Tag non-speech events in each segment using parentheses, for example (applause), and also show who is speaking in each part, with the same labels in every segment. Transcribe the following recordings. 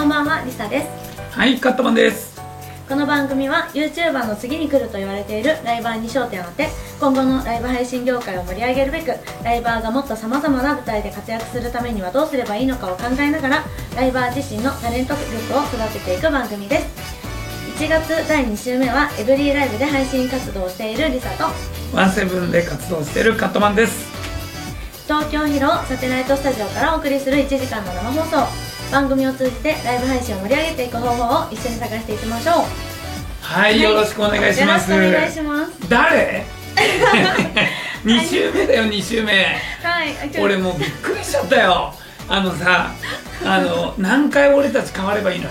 Speaker 1: んはリサです
Speaker 2: はい、カットマンです。
Speaker 1: この番組は YouTuber の次に来ると言われているライバーに焦点を当て今後のライブ配信業界を盛り上げるべくライバーがもっとさまざまな舞台で活躍するためにはどうすればいいのかを考えながらライバー自身のタレント力を育てていく番組です1月第2週目はエブリーライブで配信活動をしているリサと
Speaker 2: ワンセブンで活動しているカットマンです。
Speaker 1: 東京ヒロサテライトスタジオからお送りする1時間の生放送番組を通じてライブ配信を盛り上げていく方法を一緒に探していきましょう
Speaker 2: はい、よろしくお願いします。
Speaker 1: よろしくお願いします
Speaker 2: 誰
Speaker 1: (laughs)
Speaker 2: ?2 週目だよ、2週目。
Speaker 1: はい今日
Speaker 2: 俺もうびっくりしちゃったよ。あのさ、あの、何回俺たち変わればいいの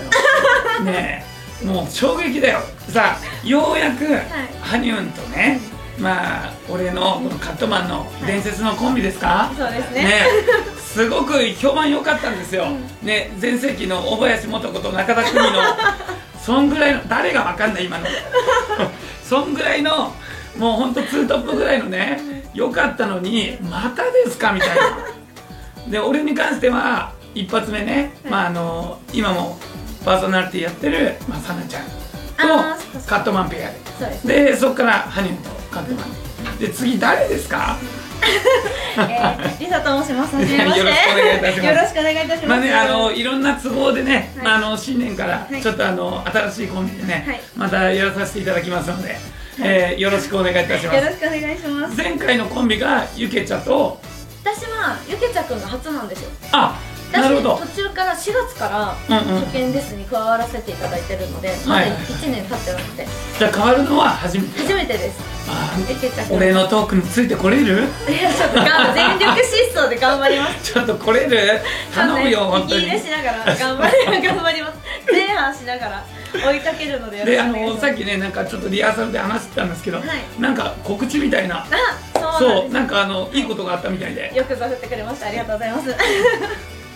Speaker 1: (laughs)
Speaker 2: よ。ねえ、もう衝撃だよ。さあ、ようやく、ハニュンとね、まあ、俺のこのカットマンの伝説のコンビですか、
Speaker 1: そうですね
Speaker 2: ね、すごく評判良かったんですよ、ね、前世紀の小林素子と中田
Speaker 1: (laughs)
Speaker 2: 久美のそんぐらいの誰がわかんない今の (laughs) そんぐらいのもうほんとツートップぐらいのね良かったのにまたですかみたいなで俺に関しては一発目ね、
Speaker 1: はい
Speaker 2: まああの今もパーソナリティやってる、まあ、さなちゃん
Speaker 1: あーそっかそっ
Speaker 2: と
Speaker 1: か
Speaker 2: カットマンペアで
Speaker 1: そうですね
Speaker 2: でそこからハニュンとカットマンで次誰ですか
Speaker 1: えー、リサと申します。はじめまして。
Speaker 2: (laughs) よろしくお願いいたします
Speaker 1: よろしくお願いいたします。
Speaker 2: まあね、あのいろんな都合でね、
Speaker 1: はい
Speaker 2: まあ、あの新年から
Speaker 1: はい
Speaker 2: ちょっとあの新しいコンビでね、
Speaker 1: はい
Speaker 2: またやらさせていただきますので、えーよろしくお願いいたしま
Speaker 1: よろ
Speaker 2: す
Speaker 1: しくお願いします。
Speaker 2: 前回のコンビがゆけちゃと
Speaker 1: 私はゆけちゃくんが初なんですよ。
Speaker 2: あ
Speaker 1: 私
Speaker 2: なるほど
Speaker 1: 途中から4月から
Speaker 2: うんうん
Speaker 1: 初見ですに加わらせていただいてるので、まだ1年経ってなくて、
Speaker 2: じゃあ変わるのは初めて
Speaker 1: 初めてです。
Speaker 2: あー
Speaker 1: ゆけちゃくん。
Speaker 2: 俺のトークについてこれる
Speaker 1: いやちょっとが全力疾走で頑張ります。
Speaker 2: ちょっとこれる頼むよ本
Speaker 1: 息
Speaker 2: 当に
Speaker 1: 入れしながら頑張り頑張ります。前半しながら追いかけるのでよろし
Speaker 2: で
Speaker 1: く
Speaker 2: あ
Speaker 1: お願いし
Speaker 2: の
Speaker 1: ます。
Speaker 2: さっきねなんかちょっとリハーサルで話してたんですけど、
Speaker 1: はい
Speaker 2: なんか告知みたいな
Speaker 1: あ、そうなん
Speaker 2: そう
Speaker 1: です。
Speaker 2: なんかあのいいことがあったみたいで
Speaker 1: よくぞ振ってくれました。ありがとうございます。 (laughs)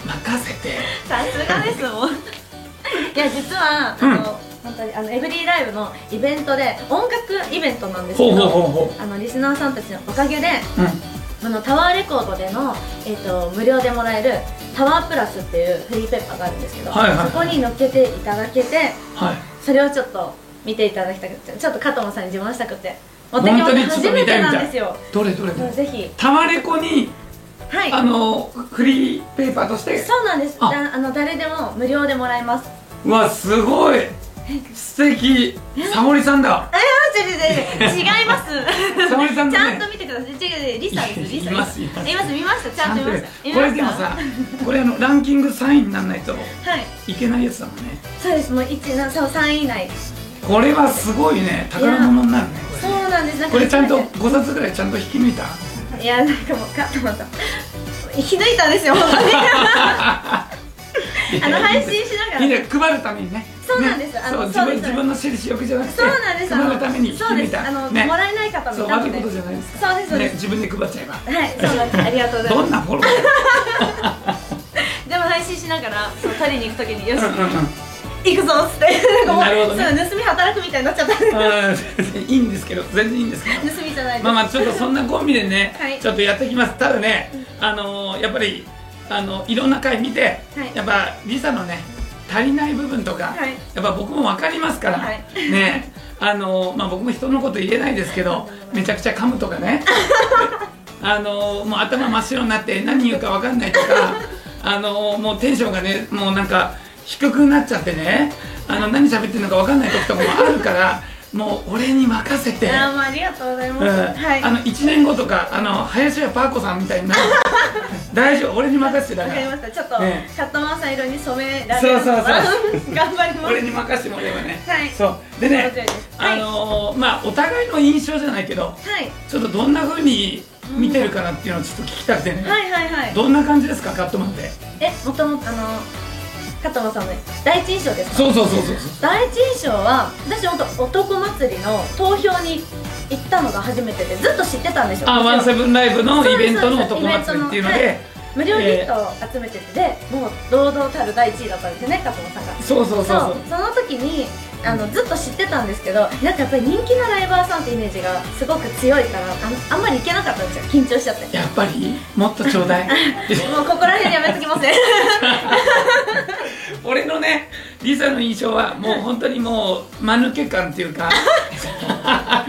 Speaker 2: 任せて
Speaker 1: さすがですもん (laughs) いや実は、
Speaker 2: うん
Speaker 1: あの本当にあのエブリーライブのイベントで音楽イベントなんですけ
Speaker 2: ほ
Speaker 1: ど
Speaker 2: うほうほうほ
Speaker 1: あのリスナーさんたちのおかげで
Speaker 2: う、うん、
Speaker 1: あのタワーレコードでの、えー、と無料でもらえるタワープラスっていうフリーペーパーがあるんですけど、
Speaker 2: はいはいはい
Speaker 1: そこに乗っけていただけて
Speaker 2: はい
Speaker 1: それをちょっと見ていただきたくてちょっと加藤さんに自慢したくて持ってきま
Speaker 2: 本当
Speaker 1: し
Speaker 2: に
Speaker 1: た
Speaker 2: ちょっ
Speaker 1: 初
Speaker 2: と
Speaker 1: めて
Speaker 2: 見たいみたい
Speaker 1: なんですよ
Speaker 2: どれどれど
Speaker 1: もう
Speaker 2: れ
Speaker 1: ぜひ
Speaker 2: タワレコに
Speaker 1: はい
Speaker 2: あのフリーペーパーとして
Speaker 1: そうなんです
Speaker 2: あ
Speaker 1: だあの誰でも無料でもらえます
Speaker 2: うわすごい素敵サボりさんだ
Speaker 1: えー、違う違う違う違います
Speaker 2: 沙織さんの
Speaker 1: ち
Speaker 2: ね
Speaker 1: ゃんと見てください違う違うリサですリサ
Speaker 2: いますいます
Speaker 1: います見ましたちゃんと見ました見
Speaker 2: こ
Speaker 1: ま
Speaker 2: れ
Speaker 1: した
Speaker 2: でもさこれあのランキング3位にならないと
Speaker 1: はい
Speaker 2: いけないやつだもんね
Speaker 1: そうですもう一なそう三位以内
Speaker 2: これはすごいね宝物になるね
Speaker 1: そ
Speaker 2: こ
Speaker 1: う
Speaker 2: れね
Speaker 1: なんですなんか
Speaker 2: これちゃんと5冊ぐらいちゃんと引き抜いた
Speaker 1: いやなんかもうカットマンさん引き抜いたんですよ本当
Speaker 2: (laughs)
Speaker 1: にあの配信しながら
Speaker 2: いいね配るためにね
Speaker 1: そうなんです
Speaker 2: ね
Speaker 1: あ
Speaker 2: そう
Speaker 1: の
Speaker 2: 自
Speaker 1: そう
Speaker 2: 分
Speaker 1: です
Speaker 2: 自分の私利私欲じゃなくて
Speaker 1: そうなんです
Speaker 2: 配るために引き
Speaker 1: そう
Speaker 2: 抜
Speaker 1: で
Speaker 2: い
Speaker 1: す
Speaker 2: た
Speaker 1: あの、
Speaker 2: ね
Speaker 1: もらえない方も
Speaker 2: そう
Speaker 1: いた
Speaker 2: 悪
Speaker 1: の
Speaker 2: い
Speaker 1: で
Speaker 2: ことじゃないですか
Speaker 1: そうですそうで
Speaker 2: ね
Speaker 1: す
Speaker 2: 自分で配っちゃえば
Speaker 1: はいそうなんですありがとうござい
Speaker 2: ど
Speaker 1: ま
Speaker 2: ん
Speaker 1: す
Speaker 2: なフォローだよ (laughs)
Speaker 1: でも配信しながらそう取りに行くときによし (laughs)
Speaker 2: うんうんうん
Speaker 1: 行くぞっつってんかもう
Speaker 2: なるほどね
Speaker 1: そう盗み働くみたいになっちゃった (laughs) 盗
Speaker 2: うん (laughs) いいんですけど全然いいんですけど
Speaker 1: みじゃないです
Speaker 2: まあまあちょっとそんなコンビでね、
Speaker 1: はい
Speaker 2: ちょっとやってきますただねあのーやっぱりあのいろんな回見て、
Speaker 1: はい
Speaker 2: やっぱリサのね足りない部分とか、
Speaker 1: はい
Speaker 2: やっぱ僕も分かりますから、
Speaker 1: はい
Speaker 2: ねあのーまあ僕も人のこと言えないですけどめちゃくちゃ噛むとか
Speaker 1: (laughs)
Speaker 2: ねあのーもう頭真っ白になって何言うか分か
Speaker 1: (laughs)
Speaker 2: んないとかあのーもうテンションがねもうなんか低くなっちゃってねあの何喋ってるのか分かんない時とかもあるからもう俺に任せて。
Speaker 1: あーまあありがとうございます、
Speaker 2: うん
Speaker 1: はい
Speaker 2: あの1年後とかあの林家パー子さんみたいに
Speaker 1: (laughs)
Speaker 2: なる大丈夫俺に任せてだ
Speaker 1: わ
Speaker 2: か
Speaker 1: かりま
Speaker 2: ら
Speaker 1: したちょっと、
Speaker 2: ね
Speaker 1: カットマンさん色に染められるのかな
Speaker 2: そう
Speaker 1: (laughs) 頑張ります
Speaker 2: 俺に任せてもらえばね、
Speaker 1: はい
Speaker 2: そうで
Speaker 1: 面
Speaker 2: ね
Speaker 1: 白いですは
Speaker 2: あ
Speaker 1: い
Speaker 2: のーまあお互いの印象じゃないけど
Speaker 1: はい
Speaker 2: ちょっとどんな風に見てるかなっていうのをちょっと聞きたくてね、
Speaker 1: はいはいはい
Speaker 2: どんな感じですかカットマンって
Speaker 1: えもともとあの加藤さんの第一印象ですか
Speaker 2: そうそうそうそうそう
Speaker 1: 第一印象は私本当男祭りの投票に行ったのが初めてでずっと知ってたんですよ
Speaker 2: あワンセブンライブの
Speaker 1: そう
Speaker 2: イ
Speaker 1: です
Speaker 2: ベントの男祭りっていうので
Speaker 1: イベン無料ギフトを集めてて、もう堂々たる第1位だったんですよね加藤さんが
Speaker 2: そうそうそうそう
Speaker 1: その時にあのずっと知ってたんですけどなんかやっぱり人気のライバーさんってイメージがすごく強いからあのあんまりいけなかったんですよ緊張しちゃって
Speaker 2: やっぱりもっとちょ
Speaker 1: (laughs)
Speaker 2: うだい
Speaker 1: もうここら辺やめときます
Speaker 2: (laughs)
Speaker 1: ね
Speaker 2: 俺のねリサの印象はもう本当にもう間抜け感っていうか
Speaker 1: あ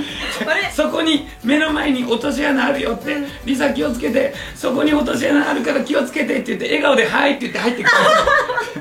Speaker 1: れ
Speaker 2: そこに目の前に落とし穴あるよってリサ気をつけてそこに落とし穴あるから気をつけてって言って笑顔で「はい」って言って入ってくる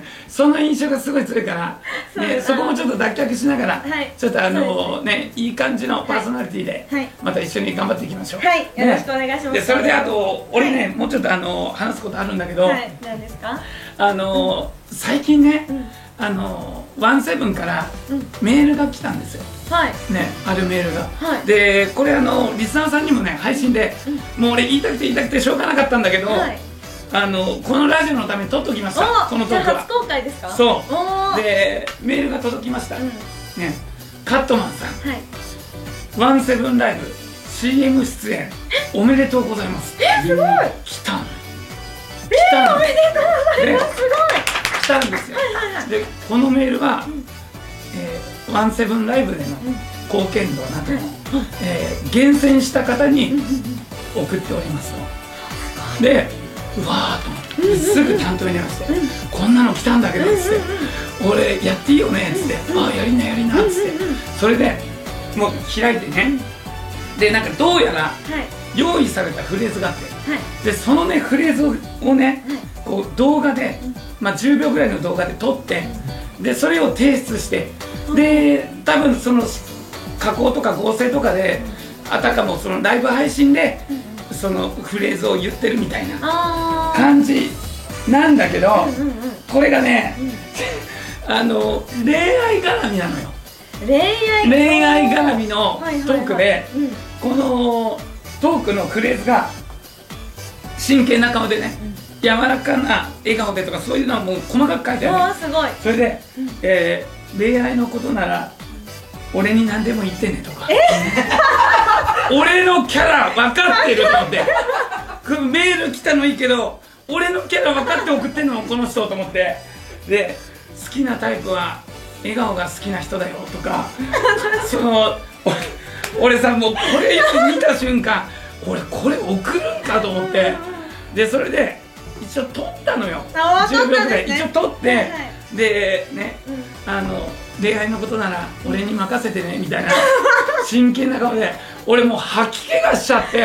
Speaker 1: (laughs)
Speaker 2: その印象がすごい強いから、
Speaker 1: そう
Speaker 2: ね、そこもちょっと脱却しながら、
Speaker 1: はい
Speaker 2: ちょっとあ
Speaker 1: そ
Speaker 2: のねいい感じのパーソナリティで、
Speaker 1: はい
Speaker 2: また一緒に頑張っていきましょう
Speaker 1: はい
Speaker 2: ね
Speaker 1: よろしくお願いします
Speaker 2: でそれであと俺ねもうちょっとあの話すことあるんだけど、
Speaker 1: はい何ですか
Speaker 2: あの最近ね、
Speaker 1: うん
Speaker 2: あのワンセブンから
Speaker 1: うん
Speaker 2: メールが来たんですよ
Speaker 1: はい
Speaker 2: ねあるメールが、
Speaker 1: はい
Speaker 2: でこれあのリスナーさんにもね配信で、もう俺言いたくて言いたくてしょうがなかったんだけど、
Speaker 1: はい
Speaker 2: あのこのラジオのために撮っときましたこの
Speaker 1: お
Speaker 2: ト
Speaker 1: じゃ
Speaker 2: ー
Speaker 1: あ
Speaker 2: クは
Speaker 1: 初公開ですか
Speaker 2: そう
Speaker 1: おー
Speaker 2: でメールが届きました、
Speaker 1: うん
Speaker 2: ねカットマンさん
Speaker 1: はい
Speaker 2: ワンセブンライブ CM 出演おめでとうございます
Speaker 1: えすごい
Speaker 2: 来たの来たの、
Speaker 1: おめでとうございますす
Speaker 2: 来たんですよ
Speaker 1: ごいはいはい
Speaker 2: でこのメールは、えーワンセブンライブでの
Speaker 1: ん
Speaker 2: 貢献度などの、えー厳選した方に送っておりますとでうわーと思ってすぐ担当に電話して、こんなの来たんだけど」っつって「俺やっていいよね」っつって「ああやりなやりな」っつってそれでもう開いてねでなんかどうやら
Speaker 1: はい
Speaker 2: 用意されたフレーズがあって
Speaker 1: はい
Speaker 2: でそのねフレーズをね、こう動画で、まあ、10秒ぐらいの動画で撮って、でそれを提出して、で多分その加工とか合成とかで、あたかもそのライブ配信で、そのフレーズを言ってるみたいな
Speaker 1: あー
Speaker 2: 感じなんだけど、
Speaker 1: うんうんうん
Speaker 2: これがね、 (laughs) あの恋愛絡みなのよ
Speaker 1: 恋愛
Speaker 2: 恋愛絡みのト
Speaker 1: はいはいはい
Speaker 2: ークで
Speaker 1: うん
Speaker 2: このトークのフレーズが真剣な顔でね、柔らかな笑顔でとかそういうのはもう細かく書いてあ
Speaker 1: わ
Speaker 2: る
Speaker 1: ーすごい
Speaker 2: それで、えー恋愛のことなら俺に何でも言ってね」とか「 (laughs) 俺のキャラ分かってる」と思ってこのメール来たのいいけど俺のキャラ分かって送ってんのもこの人と思ってで好きなタイプは笑顔が好きな人だよとかそのお俺さもうこれ見た瞬間俺これ送るんかと思ってでそれで一応撮ったのよ
Speaker 1: あー撮ったん
Speaker 2: で
Speaker 1: ですね
Speaker 2: 一応撮って、
Speaker 1: はいは
Speaker 2: でね、あの恋愛のことなら俺に任せてねみたいな (laughs) 真剣な顔で俺もう吐き気がしちゃって。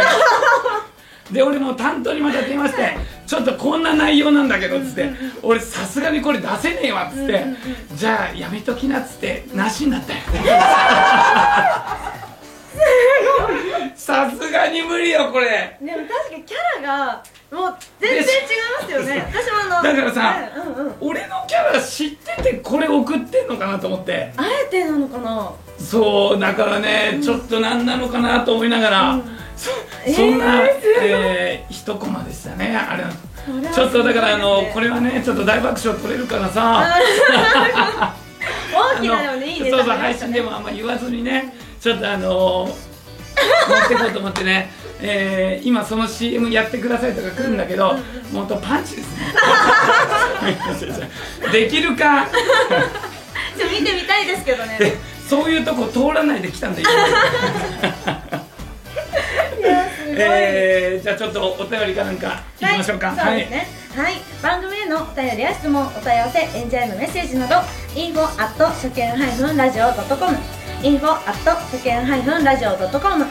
Speaker 2: で俺も担当にまた電話して「ちょっとこんな内容なんだけど」っつって「俺さすがにこれ出せねえわ」っつって「じゃあやめときな」っつってなしになっ
Speaker 1: (laughs)
Speaker 2: たよさすがに無理よこれ
Speaker 1: でも確かにキャラがもう全然違いますよね私もあの
Speaker 2: だからさ
Speaker 1: うんうんうん
Speaker 2: 俺のキャラ知っててこれ送ってんのかなと思って
Speaker 1: あえてなのかな
Speaker 2: そうだからね、ちょっと何なのかなと思いながら、そ
Speaker 1: えー
Speaker 2: そんな、
Speaker 1: すごい
Speaker 2: えー一コマでしたねあれ
Speaker 1: れはすごいですね
Speaker 2: ちょっとだからあのこれはねちょっと大爆笑取れるからさ (laughs)
Speaker 1: 大きなよねいいね
Speaker 2: そうそう配信でもあんま言わずにねちょっとあのー持ってこうと思ってね、えー今その CM やってくださいとか来るんだけど、もっとパンチですね (laughs) できるか
Speaker 1: (laughs) ちょっと見てみたいですけどね
Speaker 2: でそういうとこ通らないで来たんだよ
Speaker 1: いやすごい、
Speaker 2: えー、じゃあちょっとお便りかなんかいきましょうか
Speaker 1: はい、そうですねはい、番組へのお便りや質問お問い合わせ演者へのメッセージなど info at 初見 -radio.com info at 初見 -radio.com、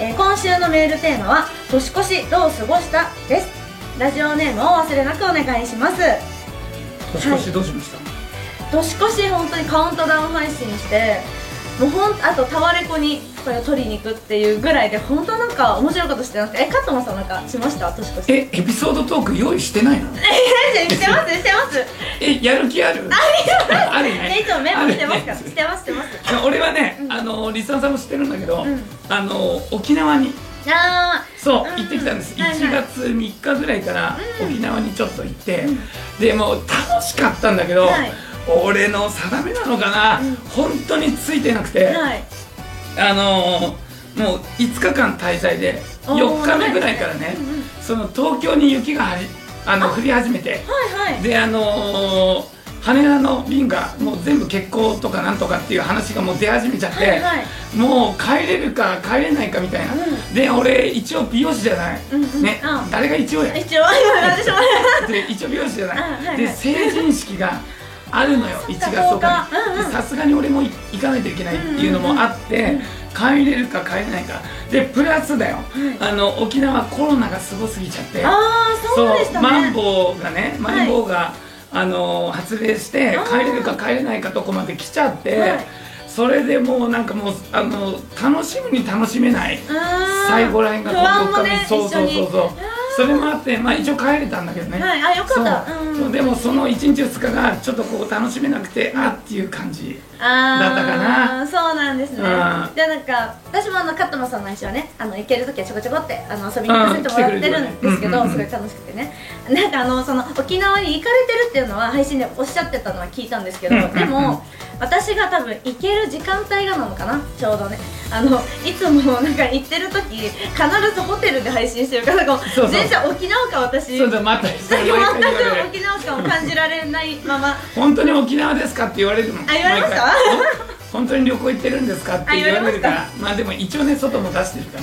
Speaker 1: えー今週のメールテーマは「年越しどう過ごした?」ですラジオネームを忘れなくお願いします
Speaker 2: 年越しどうしました、
Speaker 1: 年越し本当にカウントダウン配信してもうほんあとタワレコにこれを取りに行くっていうぐらいで本当なんか面白いことしてなくてえ加藤さんなんかしました年越し (laughs)
Speaker 2: えエピソードトーク用意してないの
Speaker 1: えしてますしてます
Speaker 2: えやる気あるあるね
Speaker 1: えいつもメモしてますか
Speaker 2: あ
Speaker 1: ら
Speaker 2: るね
Speaker 1: してますしてます
Speaker 2: 俺はね、あのリスナーさんも知ってるんだけど、
Speaker 1: ん
Speaker 2: あの沖縄に
Speaker 1: あ
Speaker 2: そ
Speaker 1: う
Speaker 2: う、
Speaker 1: ん
Speaker 2: 行ってきたんです、
Speaker 1: はいはい
Speaker 2: 1月3日ぐらいから沖縄にちょっと行って、でもう楽しかったんだけど、
Speaker 1: はい
Speaker 2: 俺の定めなのかな、本当についてなくて、
Speaker 1: ーはい
Speaker 2: あのーもう5日間滞在で
Speaker 1: おー
Speaker 2: 4日目ぐらいからね、その東京に雪がはじあの振り始めて
Speaker 1: はいはい
Speaker 2: であのー羽田の便がもう全部欠航とかなんとかっていう話がもう出始めちゃって、
Speaker 1: はいはい
Speaker 2: もう帰れるか帰れないかみたいな、
Speaker 1: うん
Speaker 2: で俺一応美容師じゃない、
Speaker 1: うんうん
Speaker 2: ね、
Speaker 1: うん
Speaker 2: 誰
Speaker 1: (laughs)
Speaker 2: が一応や
Speaker 1: 一応今言ってしまい
Speaker 2: で一応美容師じゃない、
Speaker 1: うんはいはい
Speaker 2: で成人式があるのよ1月
Speaker 1: そ
Speaker 2: と
Speaker 1: っか
Speaker 2: か
Speaker 1: そうかうんうん
Speaker 2: にでさすがに俺も行かないといけないっていうのもあって、帰れるか帰れないかでプラスだよ、あの沖縄コロナがすごすぎちゃって
Speaker 1: ああそうでしたね
Speaker 2: マンボウがねマンボウが、あの発令して
Speaker 1: あー
Speaker 2: 帰れるか帰れないかとこまで来ちゃって、
Speaker 1: はい
Speaker 2: それでもうなんかもうあの楽しみに楽しめない最後らへんが
Speaker 1: 不安も
Speaker 2: こ
Speaker 1: ね
Speaker 2: そうそ
Speaker 1: 一緒
Speaker 2: うそう
Speaker 1: に
Speaker 2: そうそれもあってまあ一応帰れたんだけどね
Speaker 1: はいあよかった
Speaker 2: そう
Speaker 1: うん
Speaker 2: そうでもその1日2日がちょっとこう楽しめなくてあっていう感じ
Speaker 1: あー
Speaker 2: だったかな
Speaker 1: そうなんですね
Speaker 2: う
Speaker 1: じゃ
Speaker 2: ん
Speaker 1: あなんか私もあのカットマンさんの話はねあの行ける時はちょこちょこってあの遊びに行かせてもらってるんですけど、
Speaker 2: うん来てくれるよねうんうんうん
Speaker 1: すごい楽しくてねなんかあのその沖縄に行かれてるっていうのは配信でおっしゃってたのは聞いたんですけど、
Speaker 2: うんうんうん
Speaker 1: でも私が多分行ける時間帯がなのかなちょうどねあのいつもなんか行ってる時必ずホテルで配信してるからなんか
Speaker 2: そうそう
Speaker 1: 全然沖縄か私
Speaker 2: そうだまた
Speaker 1: 全く
Speaker 2: 毎
Speaker 1: (laughs)
Speaker 2: 回言われる
Speaker 1: 沖縄感を感じられないまま
Speaker 2: 本当に沖縄ですかって言われるもん
Speaker 1: あ言われました
Speaker 2: 毎回ほん本当に旅行行ってるんですかって言われるからまあでも一応ね外も出してるか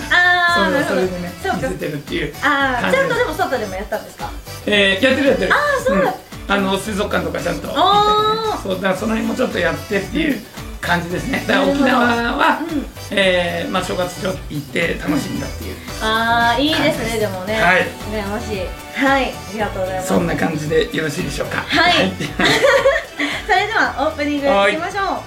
Speaker 1: あー
Speaker 2: らそれは
Speaker 1: なるほ
Speaker 2: そ
Speaker 1: ど
Speaker 2: れでね
Speaker 1: そうか
Speaker 2: 見せてるっていう、
Speaker 1: ああ
Speaker 2: 感
Speaker 1: ち
Speaker 2: じ
Speaker 1: ゃんとでも外でもやったんですか
Speaker 2: えーやってるやってる
Speaker 1: あーそうだ
Speaker 2: んあの水族館とかちゃんと行
Speaker 1: おー
Speaker 2: ったりねそうだからその辺もちょっとやってっていう感じですねだから
Speaker 1: なる
Speaker 2: 沖
Speaker 1: ほど
Speaker 2: 縄は、
Speaker 1: うん
Speaker 2: えーまあ、正月ちょっと行って楽しんだっていう、
Speaker 1: ああいいですねでもね
Speaker 2: はい
Speaker 1: 羨ましいはいありがとうございます
Speaker 2: そんな感じでよろしいでしょうか
Speaker 1: はいそれではオープニング
Speaker 2: はい
Speaker 1: いきましょ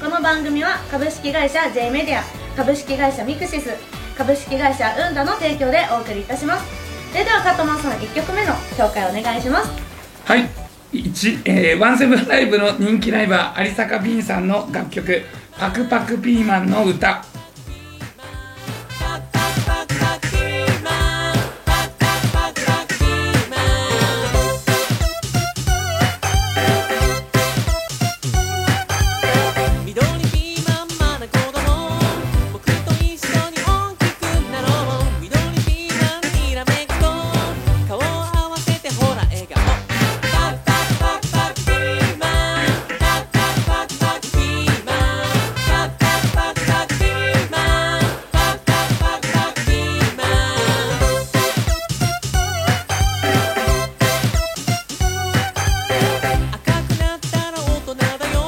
Speaker 1: うこの番組は株式会社 J メディア株式会社ミクシス株式会社ウンダの提供でお送りいたしますそれではカトマンさん1曲目の紹介お願いします
Speaker 2: はい、一えーワンセブンライブの人気ライバー有坂ビンさんの楽曲「パクパクピーマンの歌」
Speaker 3: 緑ピーマンまな子供僕と一緒に大きくなろう緑ピーマンにらめっこ顔を合わせてほら笑顔パクパクパクパクピーマンパクパクパクパクピーマンパクパクパクパクピーマンパクパクパクパクピーマン赤くなったら大人だよ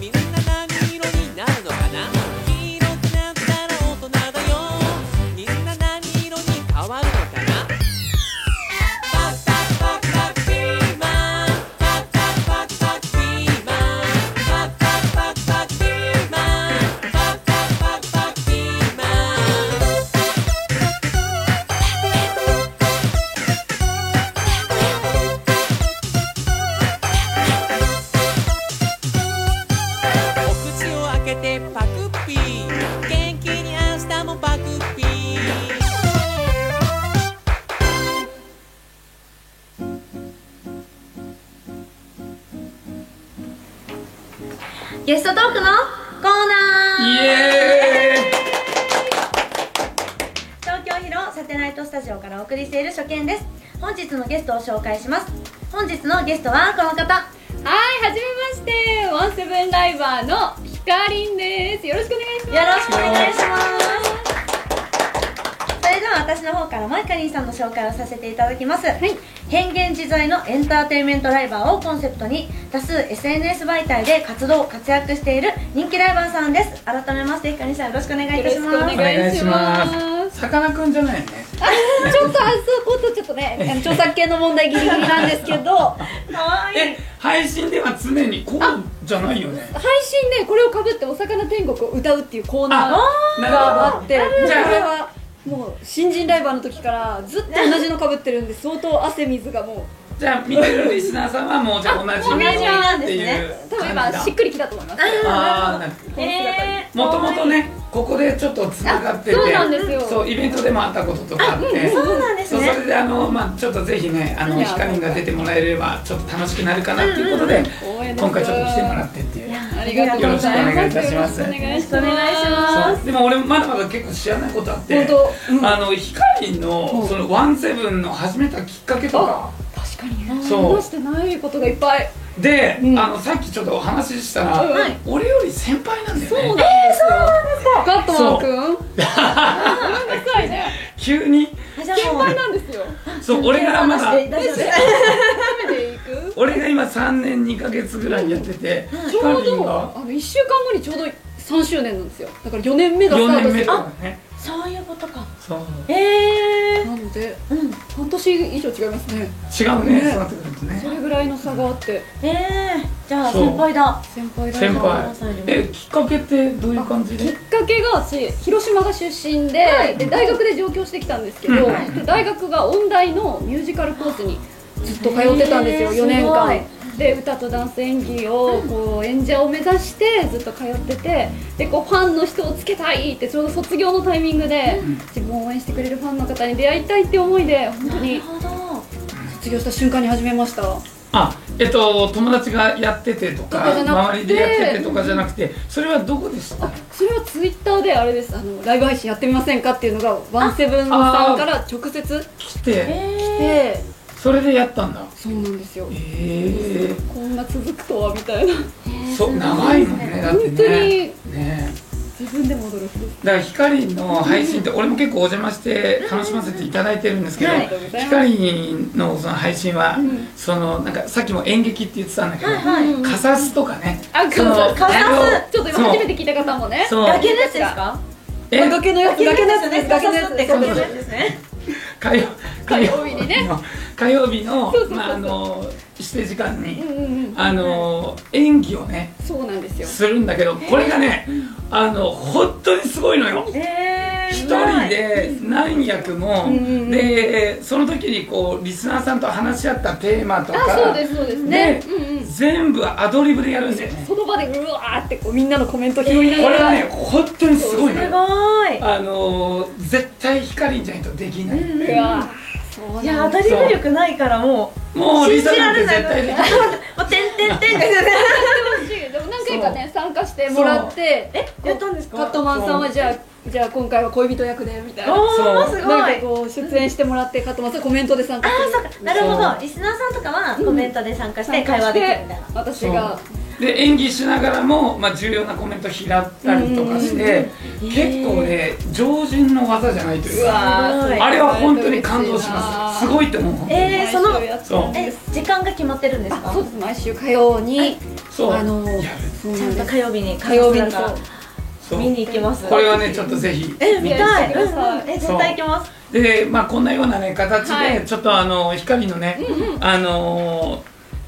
Speaker 3: みんな何色になるのかな黄色くなったら大人だよみんな何色に変わるのかなパクパクパクパクピーマンパクパクパクパクピーマンパクパクパクパクピーマンパクパクパクパクピーマンお口を開けてパクピー元気に明日もパクピー
Speaker 1: ゲストトークのコー
Speaker 2: イ
Speaker 1: ナー
Speaker 2: エ
Speaker 1: 東京ヒロサテライトスタジオからお送りしている初見です本日のゲストを紹介します本日のゲストはこの方
Speaker 4: はい、はじめまして、ワンセブンライバーのひかりんです。よろしくお願いします。
Speaker 1: よろしくお願いしますそれでは私の方からマイカリンさんの紹介をさせていただきます、変幻自在のエンターテインメントライバーをコンセプトに多数 SNS 媒体で活動活躍している人気ライバーさんです改めましてひかりんさんよろしくお願いいたします
Speaker 4: よろ
Speaker 2: ー
Speaker 4: しく
Speaker 2: イ
Speaker 4: お願いします
Speaker 2: すさかなクンじゃないよね
Speaker 4: あちょっとあそことちょっとね、あの著作権の問題ギリギリなんですけど、配
Speaker 1: かわいい
Speaker 2: え配信では常にこうじゃないよね
Speaker 4: 信でこれをかぶってお魚天国を歌うっていうコーナー
Speaker 2: な
Speaker 4: があ
Speaker 2: るほ
Speaker 4: っ
Speaker 2: ど
Speaker 4: て、もうこ
Speaker 2: じゃあ
Speaker 4: れはもう新人ライバーの時からずっと同じのかぶってるんで、相当汗水がもう、
Speaker 2: じゃあ見てるリスナーさんはもうじゃあ同じ
Speaker 1: 同じなん
Speaker 2: って
Speaker 1: です
Speaker 2: い
Speaker 1: ね
Speaker 2: う
Speaker 4: 多分
Speaker 2: 感
Speaker 4: 今し
Speaker 2: じ
Speaker 4: っくりきたと思います。
Speaker 2: だあーなるほど
Speaker 1: えー
Speaker 2: もともとねここでちょっとつながってて
Speaker 4: あそうなんですよ
Speaker 2: そうイベントでもあったこととかあって
Speaker 1: そうなんですね
Speaker 2: そうそれであの、まあ、ちょっとぜひねあの
Speaker 4: いや
Speaker 2: ヒカリンが出てもらえればちょっと楽しくなるかなっていうことで、
Speaker 4: 応援です
Speaker 2: 今回ちょっと来てもらってっていう
Speaker 1: いや
Speaker 4: ありがとうございます。
Speaker 2: よろしくお願いいたします
Speaker 4: よろくお願いします
Speaker 1: よろしくお願いします
Speaker 2: そうでも俺まだまだ結構知らないことあって
Speaker 4: 本当うん
Speaker 2: あのヒカリンの
Speaker 4: うん
Speaker 2: そのワンセブンの始めたきっかけとか
Speaker 4: 確かにね
Speaker 2: そう
Speaker 4: 話してないことがいっぱい
Speaker 2: で、
Speaker 4: うん
Speaker 2: あのさっきちょっとお話ししたら、
Speaker 4: はい
Speaker 2: 俺より先輩なんだよね
Speaker 4: そうなんですよ、ガットマン君ごめんなさいね
Speaker 2: 急に
Speaker 1: あじゃ
Speaker 4: 先
Speaker 1: あもう
Speaker 4: 輩なんですよ
Speaker 2: そう俺がまだ
Speaker 1: 大丈夫です
Speaker 4: 食べていく
Speaker 2: 俺が今3年2ヶ月ぐらいやってて、
Speaker 4: ち
Speaker 2: カ
Speaker 4: ょう
Speaker 2: ーリン
Speaker 4: ど
Speaker 2: が
Speaker 4: あの1週間後にちょうど3周年なんですよだから4年目がスタ
Speaker 2: 4
Speaker 4: ー
Speaker 2: 年
Speaker 4: トす
Speaker 2: 目
Speaker 4: る
Speaker 2: とかね
Speaker 1: そういうことか
Speaker 2: そう
Speaker 1: ええ
Speaker 4: なので
Speaker 1: ー、うん
Speaker 4: 半年以上違いますね
Speaker 2: 違うね
Speaker 4: ね
Speaker 2: そうなってくるとね
Speaker 4: それぐらいの差があって
Speaker 1: ええー、じゃあ
Speaker 2: そう
Speaker 1: 先輩だ
Speaker 4: 先輩だな
Speaker 2: 先輩
Speaker 1: そう
Speaker 2: えきっかけってどういう感じ
Speaker 4: きっ
Speaker 2: で
Speaker 4: かけが私広島が出身で,、で大学で上京してきたんですけど、
Speaker 2: うん
Speaker 4: で大学が音大のミュージカルコースにずっと通ってたんですよ、
Speaker 1: へー
Speaker 4: 4年
Speaker 1: すごい
Speaker 4: 間で歌とダンス演技をこう演者を目指してずっと通っててでこうファンの人をつけたいってちょうど卒業のタイミングで、自分を応援してくれるファンの方に出会いたいって思いで本
Speaker 1: な
Speaker 4: 当
Speaker 1: る
Speaker 4: に
Speaker 1: ほど
Speaker 4: 卒業した瞬間に始めました
Speaker 2: あえっと友達がやっててと
Speaker 4: と
Speaker 2: か
Speaker 4: かじゃなくて
Speaker 2: 周りでやっててとかじゃなくてそれはどこでした
Speaker 4: それはツイッターであれですあのライブ配信やってみませんかっていうのがワンセブンさんから直接来
Speaker 2: 来て
Speaker 1: ええ
Speaker 4: て
Speaker 2: それでやったんだ
Speaker 4: そうなんですよ
Speaker 2: え
Speaker 4: こんな続くとはみたいな
Speaker 2: えそう長いもんねだって
Speaker 4: 本当
Speaker 2: ね
Speaker 4: に
Speaker 2: ね
Speaker 4: 自分でも驚く
Speaker 2: だからヒカリンの配信って俺も結構お邪魔して楽しませていただいてるんですけど、
Speaker 1: はい
Speaker 2: ヒカリンのその配信は、
Speaker 4: ん
Speaker 2: そのなんかさっきも演劇って言ってたんだけど、
Speaker 1: はいはい
Speaker 2: カサスとかね、
Speaker 4: あ
Speaker 2: その
Speaker 4: カサス
Speaker 1: カサ
Speaker 4: ちょっと今初めて聞いいた方もね
Speaker 2: そうそう
Speaker 1: 崖のやつですか
Speaker 2: え
Speaker 4: 崖のやつ崖のやつです
Speaker 1: ガ
Speaker 4: 崖
Speaker 1: ケ
Speaker 4: の
Speaker 1: ネ
Speaker 4: や
Speaker 1: ス
Speaker 4: つ
Speaker 1: って
Speaker 4: です
Speaker 1: 崖のや
Speaker 4: 崖のや
Speaker 1: つ
Speaker 4: つ
Speaker 1: ですね
Speaker 2: 火曜
Speaker 4: 火曜日にね
Speaker 2: の (laughs) 火曜日の
Speaker 4: そうそうそうそう
Speaker 2: まああの指定時間に、
Speaker 4: うんうんうん
Speaker 2: あの演技をね
Speaker 4: そうなんですよ
Speaker 2: するんだけどこれがね、あの本当にすごいのよ。
Speaker 1: ええー、
Speaker 2: 一人で何役も、
Speaker 4: んうんうん
Speaker 2: でその時にこうリスナーさんと話し合ったテーマとか
Speaker 4: あそうですそうですねうんうん
Speaker 2: 全部アドリブでやるんだよね
Speaker 4: その場でうわーってこうみんなのコメント拾いな
Speaker 2: こ
Speaker 4: が
Speaker 2: れ
Speaker 4: ら
Speaker 2: はね本当にすごいの
Speaker 1: す
Speaker 2: よ
Speaker 1: ごい
Speaker 2: あのー絶対ヒカリンじゃないとできない、
Speaker 4: うわーそうなん
Speaker 1: いやアド
Speaker 4: だ
Speaker 1: リブ力ないからも
Speaker 2: も
Speaker 1: う
Speaker 2: うリ
Speaker 1: 信
Speaker 2: サ
Speaker 1: じ
Speaker 2: な
Speaker 1: ら
Speaker 2: ん
Speaker 1: れ
Speaker 2: て
Speaker 1: ない
Speaker 2: 絶対できない
Speaker 1: (laughs) もうてんてんてん
Speaker 4: (laughs)
Speaker 1: ですよね
Speaker 4: でも何回かね参加してもらって
Speaker 1: えやったんですか
Speaker 4: カットマンさんはじゃあじゃあ今回は恋人役でみたいな
Speaker 1: おー
Speaker 2: そう
Speaker 1: すご
Speaker 4: なん
Speaker 1: い
Speaker 4: かこう出演してもらってカットマンさんコメントで参加してくれる
Speaker 1: なるほ
Speaker 2: そ
Speaker 1: どリスナーさんとかはコメントで参加して
Speaker 4: 参
Speaker 1: 会
Speaker 4: 加
Speaker 1: 話
Speaker 4: し
Speaker 1: できる
Speaker 4: て
Speaker 1: みたいな
Speaker 4: 私が
Speaker 2: で演技しながらも、まあ、重要なコメント拾ったりとかして、
Speaker 1: うんうん
Speaker 2: 結構ね常人の技じゃないというか
Speaker 1: すごい
Speaker 2: あれは本当に感動しますす
Speaker 4: い
Speaker 2: ごいと思う
Speaker 1: えー、その
Speaker 4: やって
Speaker 2: そう
Speaker 1: え時間が決まってるんです
Speaker 4: あ
Speaker 1: か
Speaker 4: そうです毎週火曜に
Speaker 2: そう
Speaker 4: あの
Speaker 2: やる
Speaker 4: そう
Speaker 1: ち
Speaker 4: な
Speaker 1: ゃ
Speaker 4: ん
Speaker 1: んと
Speaker 4: です
Speaker 1: 火曜日に
Speaker 4: 火曜日に
Speaker 1: だか
Speaker 2: そ
Speaker 1: ら
Speaker 2: う
Speaker 1: 見に行きます
Speaker 2: これはねちょっとぜひ
Speaker 1: え見たい、
Speaker 4: 見てください
Speaker 1: うんうんえ絶対行きます
Speaker 2: でまあこんなようなね形で、
Speaker 4: はい
Speaker 2: ちょっとあの光のね、あのー